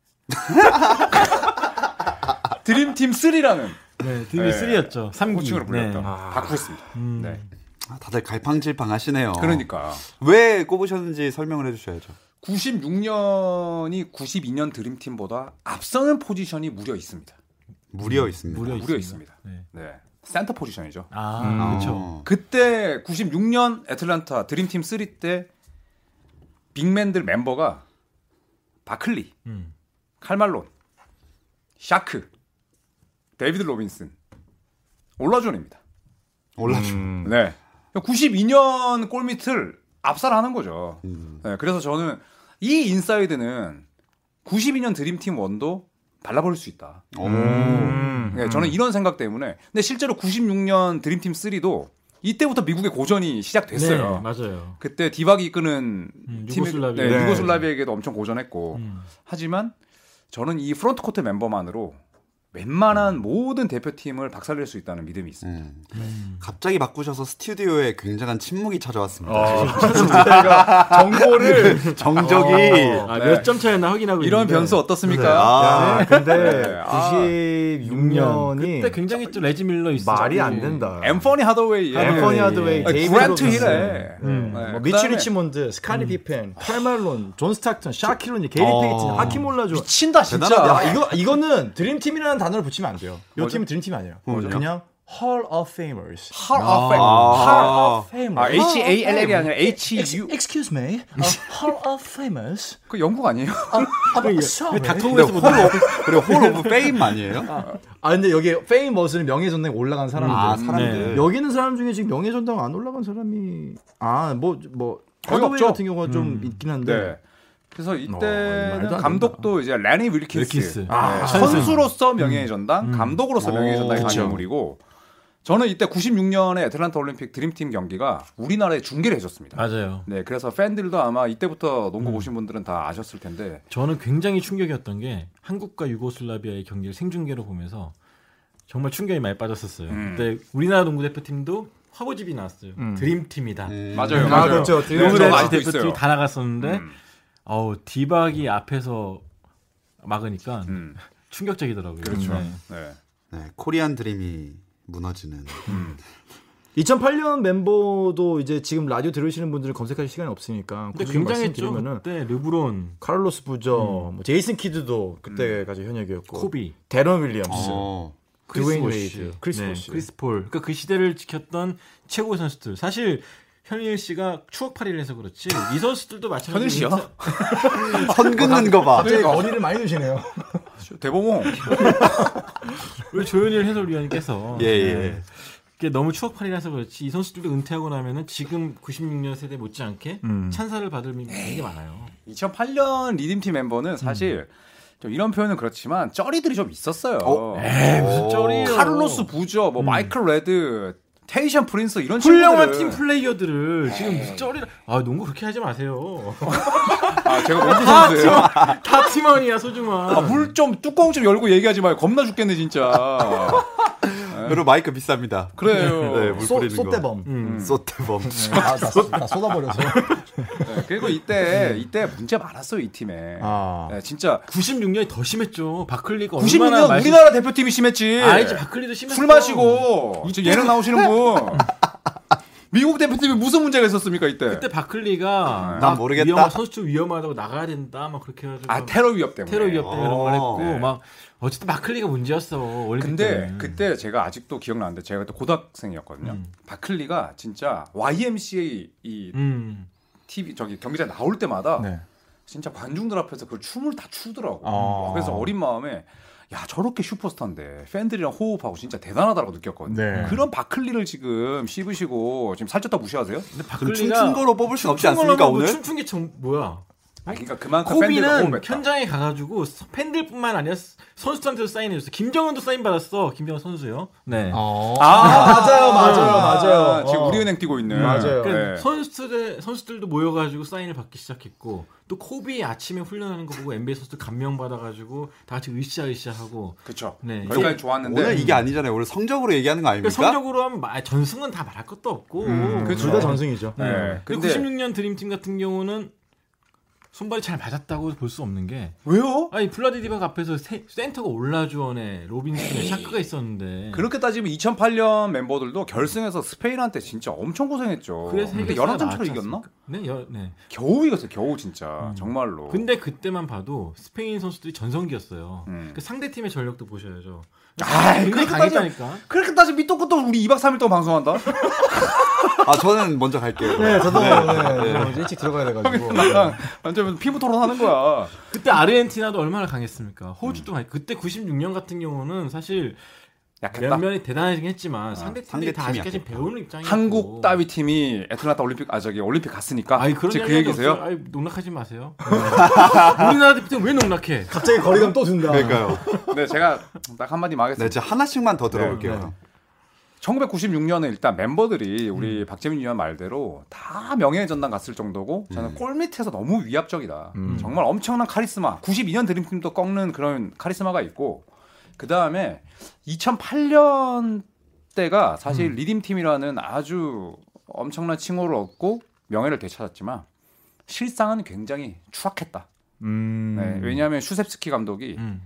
드림팀 3라는
네,
네.
드림이 3였죠. 3기. 네.
호칭으로 불렸다. 바꾸겠습니다.
음.
네.
아, 다들 갈팡질팡 하시네요.
그러니까
왜 꼽으셨는지 설명을 해주셔야죠.
96년이 92년 드림팀보다 앞서는 포지션이 무려 있습니다.
무려 있습니다.
무려
무려
있습니다.
있습니다.
네.
네. 센터 포지션이죠.
아,
아,
그렇죠.
그때 96년 애틀란타 드림팀 3 때 빅맨들 멤버가 바클리,
음.
칼말론, 샤크, 데이비드 로빈슨, 올라준입니다.
올라주.
음.
네. 92년 골밑을 압살하는 거죠.
음.
네, 그래서 저는 이 인사이드는 92년 드림팀 원도 발라버릴 수 있다.
오.
음,
네, 저는 이런 생각 때문에. 근데 실제로 96년 드림팀 3도 이때부터 미국의 고전이 시작됐어요.
네, 맞아요.
그때 디박이 이끄는
음,
팀에-
유고슬라비아.
네,
네.
유고슬라비아에게도 엄청 고전했고.
음.
하지만 저는 이 프론트 코트 멤버만으로 웬만한 모든 대표팀을 박살낼 수 있다는 믿음이 있습니다.
음. 갑자기 바꾸셔서 스튜디오에 굉장한 침묵이 찾아왔습니다.
<laughs>
정보를
정적이
아,
네.
몇 점 차였나 확인하고
이런
있는데.
변수 어떻습니까?
아,
근데
아.
96년이
그때 굉장히 좀 레지 밀러 있어.
말이 안 된다.
엠퍼니 하더웨이,
엠퍼니 하드웨이, 데이비드
그랜트
로빈슨.
힐에,
음.
아, 네,
뭐
그다음에 음.
미치 리치몬드, 스카리 피펜, 칼말론, 존 스타크턴, 샤키로니, 게리
어.
페이튼, 하킴 올라조.
친다
야,
진짜.
이거 이거는 드림팀이라는 단어를 붙이면 안 돼요. 요
뭐죠?
팀은 드림팀이 아니에요.
뭐죠?
그냥 Hall of Famers.
헐 어페,
아.
아 H A L L이 아니라 H U.
Excuse me.
<laughs>
Hall of Famers.
그 영국 아니에요?
닥터홈에서 그리고 홀 오브 페임 아니에요?
아 근데 여기 Famous는 명예 전당에 올라간 사람들. 네.
아, 사람들.
여기 있는 사람 중에 지금 명예 전당 안 올라간 사람이 아 뭐 뭐
거의
허더웨이
없죠.
같은 경우가 좀 있긴 한데
네. 그래서
어,
이때는
말도 안
감독도 이제 레니 윌킨스,
윌킨스.
아,
아,
선수로서 명예의 전당, 감독으로서 명예의 전당이
오.
간 인물이고 저는 이때 96년에 애틀란타 올림픽 드림팀 경기가 우리나라에 중계를 해줬습니다.
맞아요.
네, 그래서 팬들도 아마 이때부터 농구 보신 분들은 다 아셨을 텐데
저는 굉장히 충격이었던 게 한국과 유고슬라비아의 경기를 생중계로 보면서 정말 충격이 많이 빠졌었어요.
음.
그때 우리나라 농구 대표팀도 화보집이 나왔어요. 드림팀이다.
음. 맞아요,
아,
맞아요.
그렇죠.
네,
드림팀
저도
우리나라
아직도
대표팀이
있어요.
다 나갔었는데
음.
어우 디박이 앞에서 막으니까
음,
충격적이더라고요.
그렇죠.
네.
네.
네, 코리안 드림이 무너지는
2008년 멤버도 이제 지금 라디오 들으시는 분들은 검색하실 시간이 없으니까
근데
굳이
굉장했죠.
말씀드리면은
그때 르브론,
카를로스 부저, 뭐 제이슨 키드도 그때까지 현역이었고
코비,
데런 윌리엄스,
어,
크리스
드웨인
워시,
웨이드, 크리스 워시.
네, 크리스 폴. 그러니까 그 시대를 지켰던 최고의 선수들. 사실 현일 씨가 추억팔이를 해서 그렇지 이 선수들도 마찬가지로
현일 씨요?
인사-
선 긋는 거 봐.
갑자기 아, 어디를 많이 드시네요.
그 대봉홍
우리 조현일 <laughs> 해설위원께서
예, 예.
네. 그게 너무 추억팔이라서 그렇지 이 선수들도 은퇴하고 나면은 지금 96년 세대 못지않게 찬사를 받을 분이 되게 많아요.
2008년 리듬팀 멤버는 사실 좀 이런 표현은 그렇지만 쩌리들이 좀 있었어요.
에이, 무슨
쩔이에요.
카를로스 부죠, 뭐 마이클 레드, 테이션 프린스 이런
음. 훌륭한 팀
친구들은-
플레이어들을 지금 무슨 쩔이라 네. 아 농구 그렇게 하지 <laughs> 마세요.
아 제가 뭔 선수예요? 아,
다 팀원이야 소중한.
물좀 뚜껑 좀 열고 얘기하지 마요. 겁나 죽겠네 진짜.
그리고 마이크 비쌉니다.
그래요.
네, 물
소,
뿌리는 거.
소대범.
음.
소떼범.
네.
아, 다, 쏟- 다 쏟아버려서.
네, 그리고
음.
이때 이때 문제 많았어요 이 팀에.
아.
네, 진짜
96년이 더 심했죠. 바클리가
96년
어, 얼마나 맛있...
우리나라 대표팀이 심했지.
아니지 바클리도 음. 심했어.
술 마시고 지금 예능 나오시는 분. 미국 대표팀이 무슨 문제가 있었습니까 이때?
그때 바클리가
난
막
모르겠다.
위험하, 선수 위험하다고 나가야 된다 막 그렇게 해가지고
아
막
테러 위협 때문에.
테러 위협 때문에 이런 말 했고
네.
막 어쨌든 바클리가 문제였어. 올림픽
근데
때는.
그때 제가 아직도 기억나는데 제가 그때 고등학생이었거든요. 바클리가 진짜 YMCA 이
음.
TV 저기 경기장 나올 때마다
네.
진짜 관중들 앞에서 그 춤을 다 추더라고.
아.
그래서 어린 마음에 야 저렇게 슈퍼스타인데 팬들이랑 호흡하고 진짜 대단하다고 느꼈거든요.
네.
그런 바클리를 지금 씹으시고 지금 살쪘다 무시하세요?
근데
그럼
바클리가
춤춘 거로 뽑을 순 없지
춤춘 걸로
않습니까
하면 뭐
오늘?
춤춘 게전 뭐야?
아니, 그러니까 그만큼 팬들과
코비는
호흡했다.
현장에 가가지고 서- 팬들뿐만 아니라 스- 선수들한테도 사인해줬어. 김정은도 사인 받았어. 김정은 선수요. 네.
아,
맞아요, 맞아요, 맞아요.
지금
어.
우리은행 뛰고 있는.
맞아요.
그러니까
네.
선수들 선수들도 모여가지고 사인을 받기 시작했고 또 코비 아침에 훈련하는 거 보고 NBA 선수 감명 받아가지고 다 같이 으쌰 으쌰 하고
그렇죠.
네.
여기까지 좋았는데 음.
오늘 이게 아니잖아요. 오늘 성적으로 얘기하는 거
그러니까
아닙니까?
성적으로 하면 마- 전승은 다 말할 것도 없고
그렇죠.
둘 다 전승이죠.
네.
네. 근데-
근데 96년 드림팀 같은 경우는 손발이 잘 맞았다고 볼 수 없는 게
왜요?
아니 블라디디박 앞에서 세- 센터가 올라주원에 로빈슨에 샤크가 있었는데
그렇게 따지면 2008년 멤버들도 결승에서 스페인한테 진짜 엄청 고생했죠.
그래서
근데
해결사가
11점 차로
나왔지
이겼나?
않습니까? 네, 여- 네.
겨우 이겼어요. 겨우 진짜 정말로.
근데 그때만 봐도 스페인 선수들이 전성기였어요.
음.
그 상대 팀의 전력도 보셔야죠.
아이,
굉장히
그렇게
강했다니까.
그렇게 따지면 밑도 끝도 없이 우리 2박 3일 동안 방송한다. <laughs>
아 저는 먼저 갈게요.
네, 저도 네, 저 이제 일찍 들어가야
<laughs>
돼가지고.
나랑 완전 피부 토론하는 거야. 음.
그때 아르헨티나도 얼마나 강했습니까? 호주도 강했. 그때 96년 같은 경우는 사실
약했다. 아,
몇 면이 대단하긴 했지만 상대 팀들이 다
상대 팀이
아직까지 배우는 입장이고
한국 따위 팀이 애틀란타 올림픽 아 저기 올림픽 갔으니까
아니 그런
이제 그
이야기가
얘기세요?
없어요. 아니 농락하지 마세요. 네. <laughs> 우리나라 대표팀 왜 농락해?
갑자기 거리감 또 든다.
그러니까요.
네 제가 딱 한마디
네,
말하겠습니다.
이제 하나씩만 더 들어볼게요. 그럼.
1996년에 일단 멤버들이 우리 박재민 위원 말대로 다 명예의 전당 갔을 정도고 저는 골밑에서 너무 위압적이다. 음.
음.
정말 엄청난 카리스마. 92년 드림팀도 꺾는 그런 카리스마가 있고 그 다음에 2008년 때가 사실 리딤팀이라는 아주 엄청난 칭호를 얻고 명예를 되찾았지만 실상은 굉장히 추악했다.
음.
네, 왜냐하면 슈셉스키 감독이
음.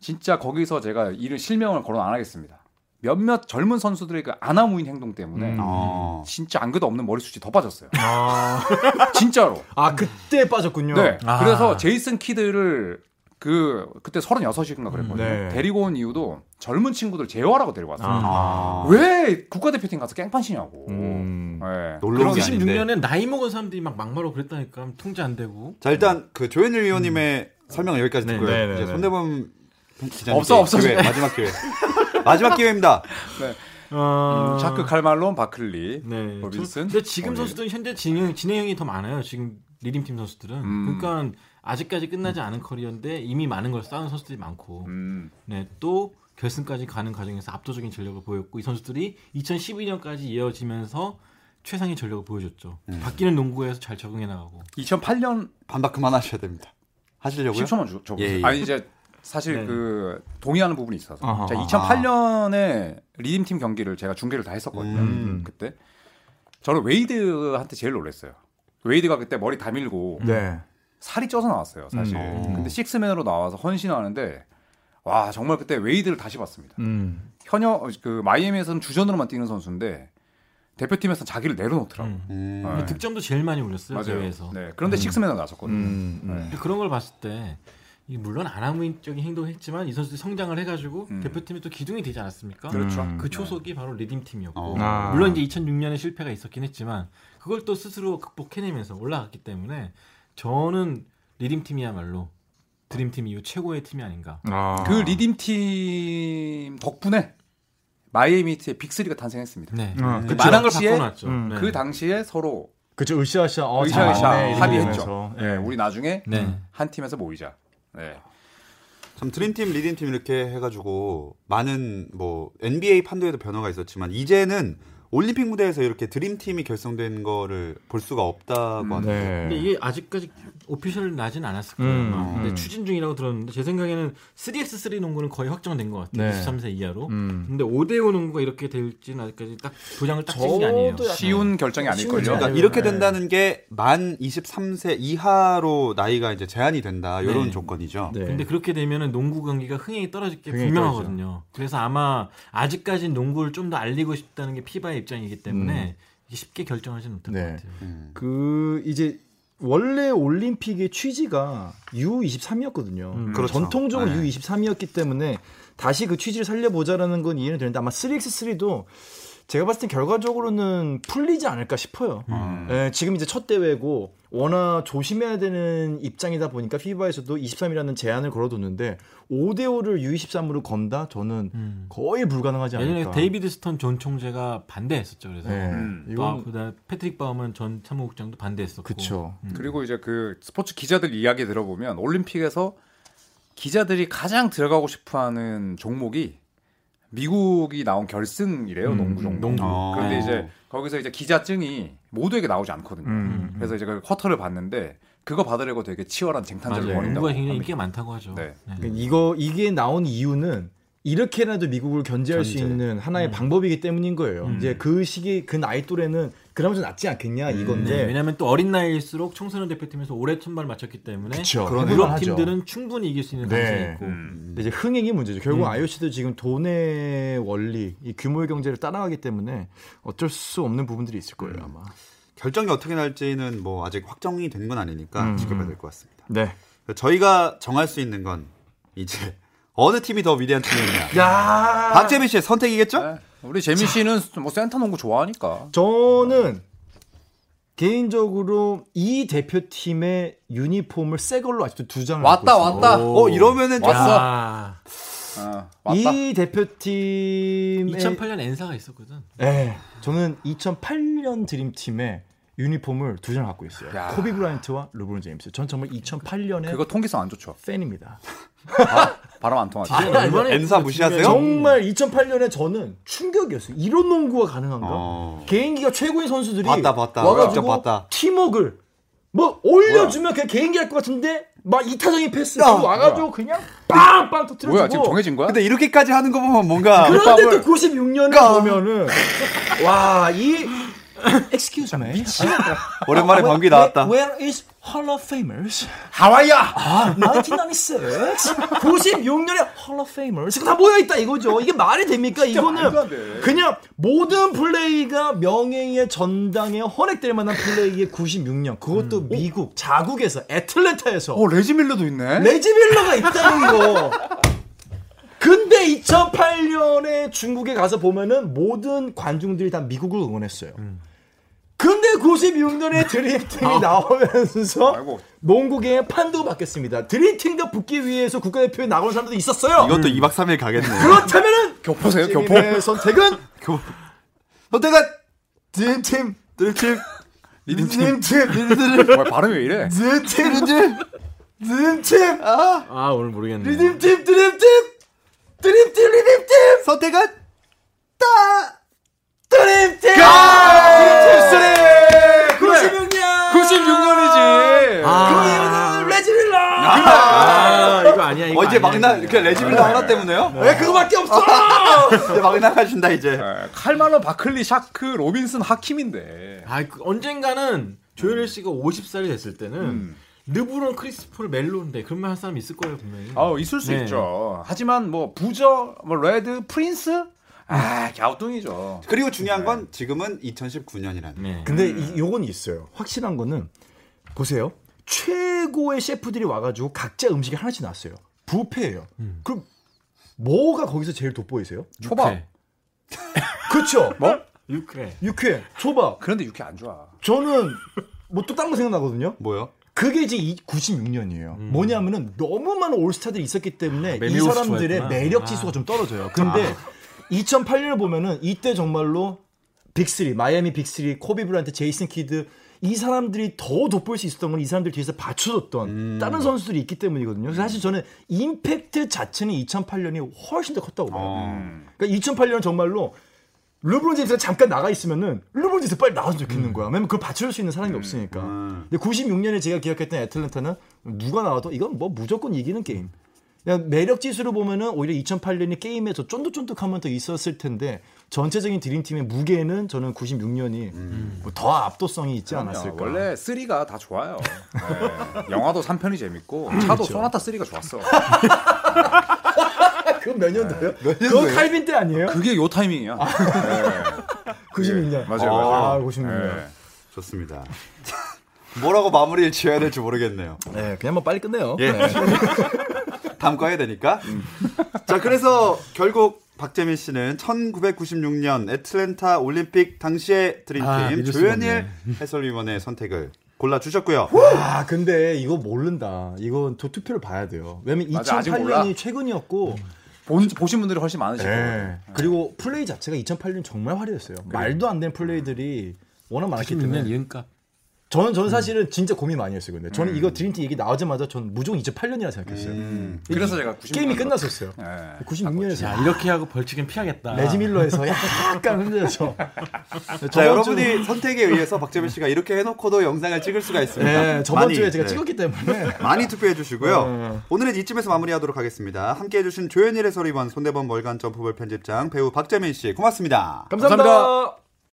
진짜 거기서 제가 이를 실명을 거론 안 하겠습니다. 몇몇 젊은 선수들의 그 아나무인 행동 때문에
어.
진짜 안그도 없는 머리숱이 더 빠졌어요. 진짜로.
아 그때 빠졌군요.
네.
아.
그래서 제이슨 키드를 그 그때 36인가 그랬거든요.
네.
데리고 온 이유도 젊은 친구들 제어하라고 데리고 왔어요.
아.
아.
왜 국가대표팀 가서 깽판치냐고.
음.
네.
놀라운 게 아닌데.
96년에 나이 먹은 사람들이 막 막말로 그랬다니까 통제 안 되고.
자 일단 그 조현일 위원님의 설명은 여기까지
네,
듣고요.
네, 네,
이제
네.
손대범 기자님
없어, 없어.
기회, 마지막 기회. 마지막 기회입니다.
어...
음, 샤크 칼말론, 바클리.
네.
로빈슨?
저- 근데 지금
어,
선수들은 현재 진행, 진행형이 더 많아요. 지금 리림팀 선수들은.
음.
그러니까 아직까지 끝나지 않은 커리어인데 이미 많은 걸 쌓은 선수들이 많고.
음.
네. 또 결승까지 가는 과정에서 압도적인 전력을 보였고 이 선수들이 2012년까지 이어지면서 최상의 전력을 보여줬죠.
음.
바뀌는 농구에서 잘 적응해 나가고.
2008년
반박 그만하셔야 됩니다. 하시려고요?
10초만 줘, 줘보세요.
예, 예.
아니 이제 사실
네.
그 동의하는 부분이 있어서.
아하.
자, 2008년에 리딤팀 경기를 제가 중계를 다 했었거든요.
음.
그때 저는 웨이드한테 제일 놀랐어요. 웨이드가 그때 머리 다 밀고
네.
살이 쪄서 나왔어요, 사실.
음. 어.
근데 식스맨으로 나와서 헌신하는데 와 정말 그때 웨이드를 다시 봤습니다.
음.
현역 그 마이애미에서는 주전으로만 뛰는 선수인데 대표팀에서는 자기를 내려놓더라고. 요
음.
음.
네.
득점도 제일 많이 올렸어요.
맞아요.
대회에서.
네. 그런데 식스맨으로 나왔었거든요.
음. 음.
네.
근데 그런 걸 봤을 때 이 물론 아나무인적인 행동을 했지만 이 선수들이 성장을 해가지고
음.
대표팀에 또 기둥이 되지 않았습니까?
그렇죠.
음.
그 초속이 바로 리딤팀이었고
어.
아.
음. 물론 이제 2006년에 실패가 있었긴 했지만 그걸 또 스스로 극복해내면서 올라갔기 때문에 저는 리딤팀이야말로 드림팀 이후 최고의 팀이 아닌가
아.
그 리딤팀 덕분에 마이애미트의 빅3가 탄생했습니다.
네.
어,
그
그쵸.
많은 걸
시에-
바꿔놨죠
음,
네.
그 당시에 서로
그쵸 으쌰으쌰. 어,
의샤
잘
의샤
나오네, 이렇게
합의했죠.
되면서.
예, 우리 나중에
네.
한 팀에서 모이자. 네.
참 드림팀, 리딩팀 이렇게 해가지고 많은 뭐 NBA 판도에도 변화가 있었지만 이제는 올림픽 무대에서 이렇게 드림팀이 결성된 거를 볼 수가 없다고
음,
하네요.
네.
근데 이게 아직까지 오피셜 나진 않았을 거예요.
음,
아마. 근데
음.
추진 중이라고 들었는데 제 생각에는 3x3 농구는 거의 확정된 것 같아요.
네.
23세 이하로.
음.
근데 5대5 농구가 이렇게 될지는 아직까지 딱 도장을 딱 찍은 게
저도
아니에요.
약간
쉬운 결정이 아닐걸요.
그러니까
아니요.
이렇게
네.
된다는 게 만 23세 이하로 나이가 이제 제한이 된다 이런
네.
조건이죠.
네.
근데 그렇게 되면은 농구 경기가 흥행이 떨어질 게
흥행이
분명하거든요. 그래서 아마 아직까지 농구를 좀 더 알리고 싶다는 게 피바의 입장이기 때문에 이게 쉽게 결정하지는 못할
네.
것 같아요.
음.
그 이제 원래 올림픽의 취지가 U23이었거든요.
음,
그렇죠.
전통적으로
네.
U23이었기 때문에 다시 그 취지를 살려보자라는 건 이해는 되는데 아마 3x3도 제가 봤을 때 결과적으로는 풀리지 않을까 싶어요.
음.
예, 지금 이제 첫 대회고 워낙 조심해야 되는 입장이다 보니까 피바에서도 23이라는 제한을 걸어뒀는데 5대5를 U23으로 건다 저는
음.
거의 불가능하지
예전에
않을까.
데이비드 스턴 존 총재가 반대했었죠. 그래서
예,
음.
또
이건
그다음 아, 패트릭 바우먼 전 참모국장도 반대했었고.
그쵸.
음.
그리고 이제 그 스포츠 기자들 이야기 들어보면 올림픽에서 기자들이 가장 들어가고 싶어하는 종목이 미국이 나온 결승이래요
음,
농구 종목.
농구. 아.
어.
그런데 이제 거기서 이제 기자증이 모두에게 나오지 않거든요.
음.
그래서 제가 쿼터를 봤는데 그거 받으려고 되게 치열한 쟁탈전을
네.
맞아요.
벌인다고.
농구가 굉장히
합니다.
인기가 많다고 하죠.
네.
그러니까 이거 이게 나온 이유는 이렇게라도 미국을 견제할 수
견제.
있는 하나의 방법이기 때문인 거예요.
음.
이제 그 시기 그 나이 또래는 그나마 좀 낫지 않겠냐 이건데.
네, 왜냐하면 또 어린 나이일수록 청소년 대표팀에서 오래 선발 맞췄기 때문에
그쵸.
유럽
그런 건 하죠.
팀들은 충분히 이길 수 있는
네.
가능성이 있고
음.
근데 이제 흥행이 문제죠. 결국
음.
IOC도 지금 돈의 원리, 이 규모의 경제를 따라가기 때문에 어쩔 수 없는 부분들이 있을 거예요 아마.
결정이 어떻게 날지는 뭐 아직 확정이 된 건 아니니까
음.
지켜봐야 될 것 같습니다.
네.
저희가 정할 수 있는 건 이제 <laughs> 어느 팀이 더 위대한 팀이냐.
야.
박재민 씨의 선택이겠죠?
네. 우리 재민 씨는 뭐 센터 농구 좋아하니까.
저는 개인적으로 이 대표팀의 유니폼을 새 걸로 아직도 두 장을
왔다
갖고 있어요.
왔다.
어 이러면은 좀
왔어.
아,
어, 왔다.
이 대표팀의
2008년 엔사가 있었거든.
예, 저는 2008년 드림팀의 유니폼을 두 장을 갖고 있어요.
야.
코비 브라이언트와 르브론 제임스. 전 정말 2008년의
그거 통기성 안 좋죠.
팬입니다.
바람 안
아,
통하지.
얼마나
엔사 뭐-
예뻤어,
무시하세요?
진짜.
정말 2008년에 저는 충격이었어요. 이런 농구가 가능한가?
어.
개인기가 최고인 선수들이
봤다, 봤다.
와가지고
진짜 봤다.
팀워크를 뭐 올려주면 그냥 개인기 할 것 같은데 막 이타적인 패스 그리고 와가지고 그냥 빵빵 터트려주고
뭐야 지금 정해진 거야?
근데 이렇게까지 하는 거 보면 뭔가
그런데 또 96년에 보면은 와이 Excuse me.
<laughs>
아,
오랜만에 방귀 나왔다.
Where is Hall of Famers?
하와이야.
아, 1996. 96년에 Hall of Famers. 지금 다 모여 있다 이거죠. 이게 말이 됩니까? 이거는 그냥 모든 플레이가 명예의 전당에 헌액될 만한 플레이의 96년. 그것도 미국 자국에서 애틀랜타에서
어 레지 밀러도 있네.
레지 밀러가 있다는 거. 근데 2008년에 중국에 가서 보면은 모든 관중들이 다 미국을 응원했어요. 근데 96년에 드림팀이 나오면서
아이고.
농구계의 판도가 바뀌었습니다. 드림팀과 붙기 위해서 국가대표에 나온 사람들도 있었어요.
음.
이것도 2박 3일 가겠네.
그렇다면은
교포세요 교포.
의 선택은
선택은
드림팀,
드림팀
드림팀, 드림팀,
뭐야 발음이 왜 <laughs> 이래?
드림팀, 드림팀,
아 오늘 모르겠네.
드림팀, 드림팀, 드림팀, 드림팀.
선택은
드림팀!
캡슐에
96년! 그
96년이지.
아,
레지밀러!
아, 이거 아니야 이거
어제
아니야,
막 나,
이거.
네.
그 레지빌라 하나 때문에요? 네.
왜 아, 그거밖에 없어!
이제 막 나가신다, 이제.
네.
네, 칼말로 바클리 샤크 로빈슨 하킴인데.
아, 그 언젠가는 조현일 씨가 50살이 됐을 때는 르브론 크리스폴 멜로인데 그런 말 할 사람이 있을 거예요 분명히.
아 있을 수
네.
있죠. 하지만 뭐 부저, 뭐 레드, 프린스, 아 갸우뚱이죠.
그리고
네.
중요한 건 지금은 2019년이라는.
네.
근데 이, 요건 있어요. 확실한 거는 보세요. 최고의 셰프들이 와가지고 각자 음식이 하나씩 나왔어요. 부패예요. 그럼 뭐가 거기서 제일 돋보이세요?
초밥.
육회.
그렇죠.
뭐?
육회.
육회, 초밥.
그런데 육회 안 좋아.
저는 뭐 또 다른 거 생각나거든요.
뭐요?
그게 이제 96년이에요. 뭐냐면은 너무 많은 올스타들이 있었기 때문에 이
메밀국수
사람들의
음. 좋아했구나.
매력
아.
지수가 좀 떨어져요. 근데 2008년을 보면은 이때 정말로 빅3, 마이애미 빅3, 코비 브라이언트, 제이슨 키드 이 사람들이 더 돋보일 수 있었던 건 이 사람들 뒤에서 받쳐줬던
음.
다른 선수들이 있기 때문이거든요. 그래서 사실 저는 임팩트 자체는 2008년이 훨씬 더 컸다고
아.
봐요. 그러니까 2008년은 정말로 르브론 제임스가 잠깐 나가 있으면은 르브론 제임스 빨리 나왔으면 좋겠는
음.
거야. 왜냐면 그걸 받쳐줄 수 있는 사람이 없으니까. 근데 96년에 제가 기억했던 애틀랜타는 누가 나와도 이건 뭐 무조건 이기는 게임. 그냥 매력 지수로 보면은 오히려 2008년이 게임에서 쫀득쫀득함은 더 있었을 텐데 전체적인 드림팀의 무게는 저는 96년이 뭐 더 압도성이 있지
야,
않았을까.
음. 원래 3가 다 좋아요. 네. 영화도 3편이 재밌고 차도 소나타 3가 좋았어.
<laughs> 그건 몇 년도예요? 그건 칼빈 때 아니에요?
네. 그게 요 타이밍이야. 네.
96년.
맞아요, 예.
아,
맞아요.
96년.
좋습니다. <laughs> 뭐라고 마무리를 지어야 될지 모르겠네요.
네, 그냥 뭐 빨리 끝내요.
예.
예. <laughs> 담가야 되니까. 자, 그래서 결국 박재민 씨는 1996년 애틀랜타 올림픽 당시의 드림팀
아, 믿을 수가
조현일 해설위원의 선택을 골라 주셨고요.
아 근데 이거 모른다. 이건 또 투표를 봐야 돼요. 왜냐면
맞아, 아직 몰라.
2008년이 최근이었고
본, 보신 분들이 훨씬 많으시고.
예. 그리고 플레이 자체가 2008년 정말 화려했어요. 말도 안 되는 플레이들이 워낙 많았기
96년
때문에
이은값.
저는 저는 사실은 진짜 고민 많이 했어요. 근데 저는 이거 드림팀 얘기 나오자마자 저는 무조건 2008년이라 생각했어요.
그래서 제가 96년
게임이 끝났었어요.
예.
96년에서
야 이렇게 하고 벌칙은 피하겠다.
아.
레지밀러에서 약간 흔들려서
자,
저번 주-
여러분이 선택에 의해서 박재민 씨가 이렇게 해놓고도 영상을 찍을 수가 있습니다.
네, 저번
많이,
주에 제가
네.
찍었기 네, 때문에
많이 투표해 주시고요. 오늘은 이쯤에서 마무리하도록 하겠습니다. 함께 해주신 조현일의 소리원 손대범 월간 점프볼 편집장 배우 박재민 씨 고맙습니다.
감사합니다.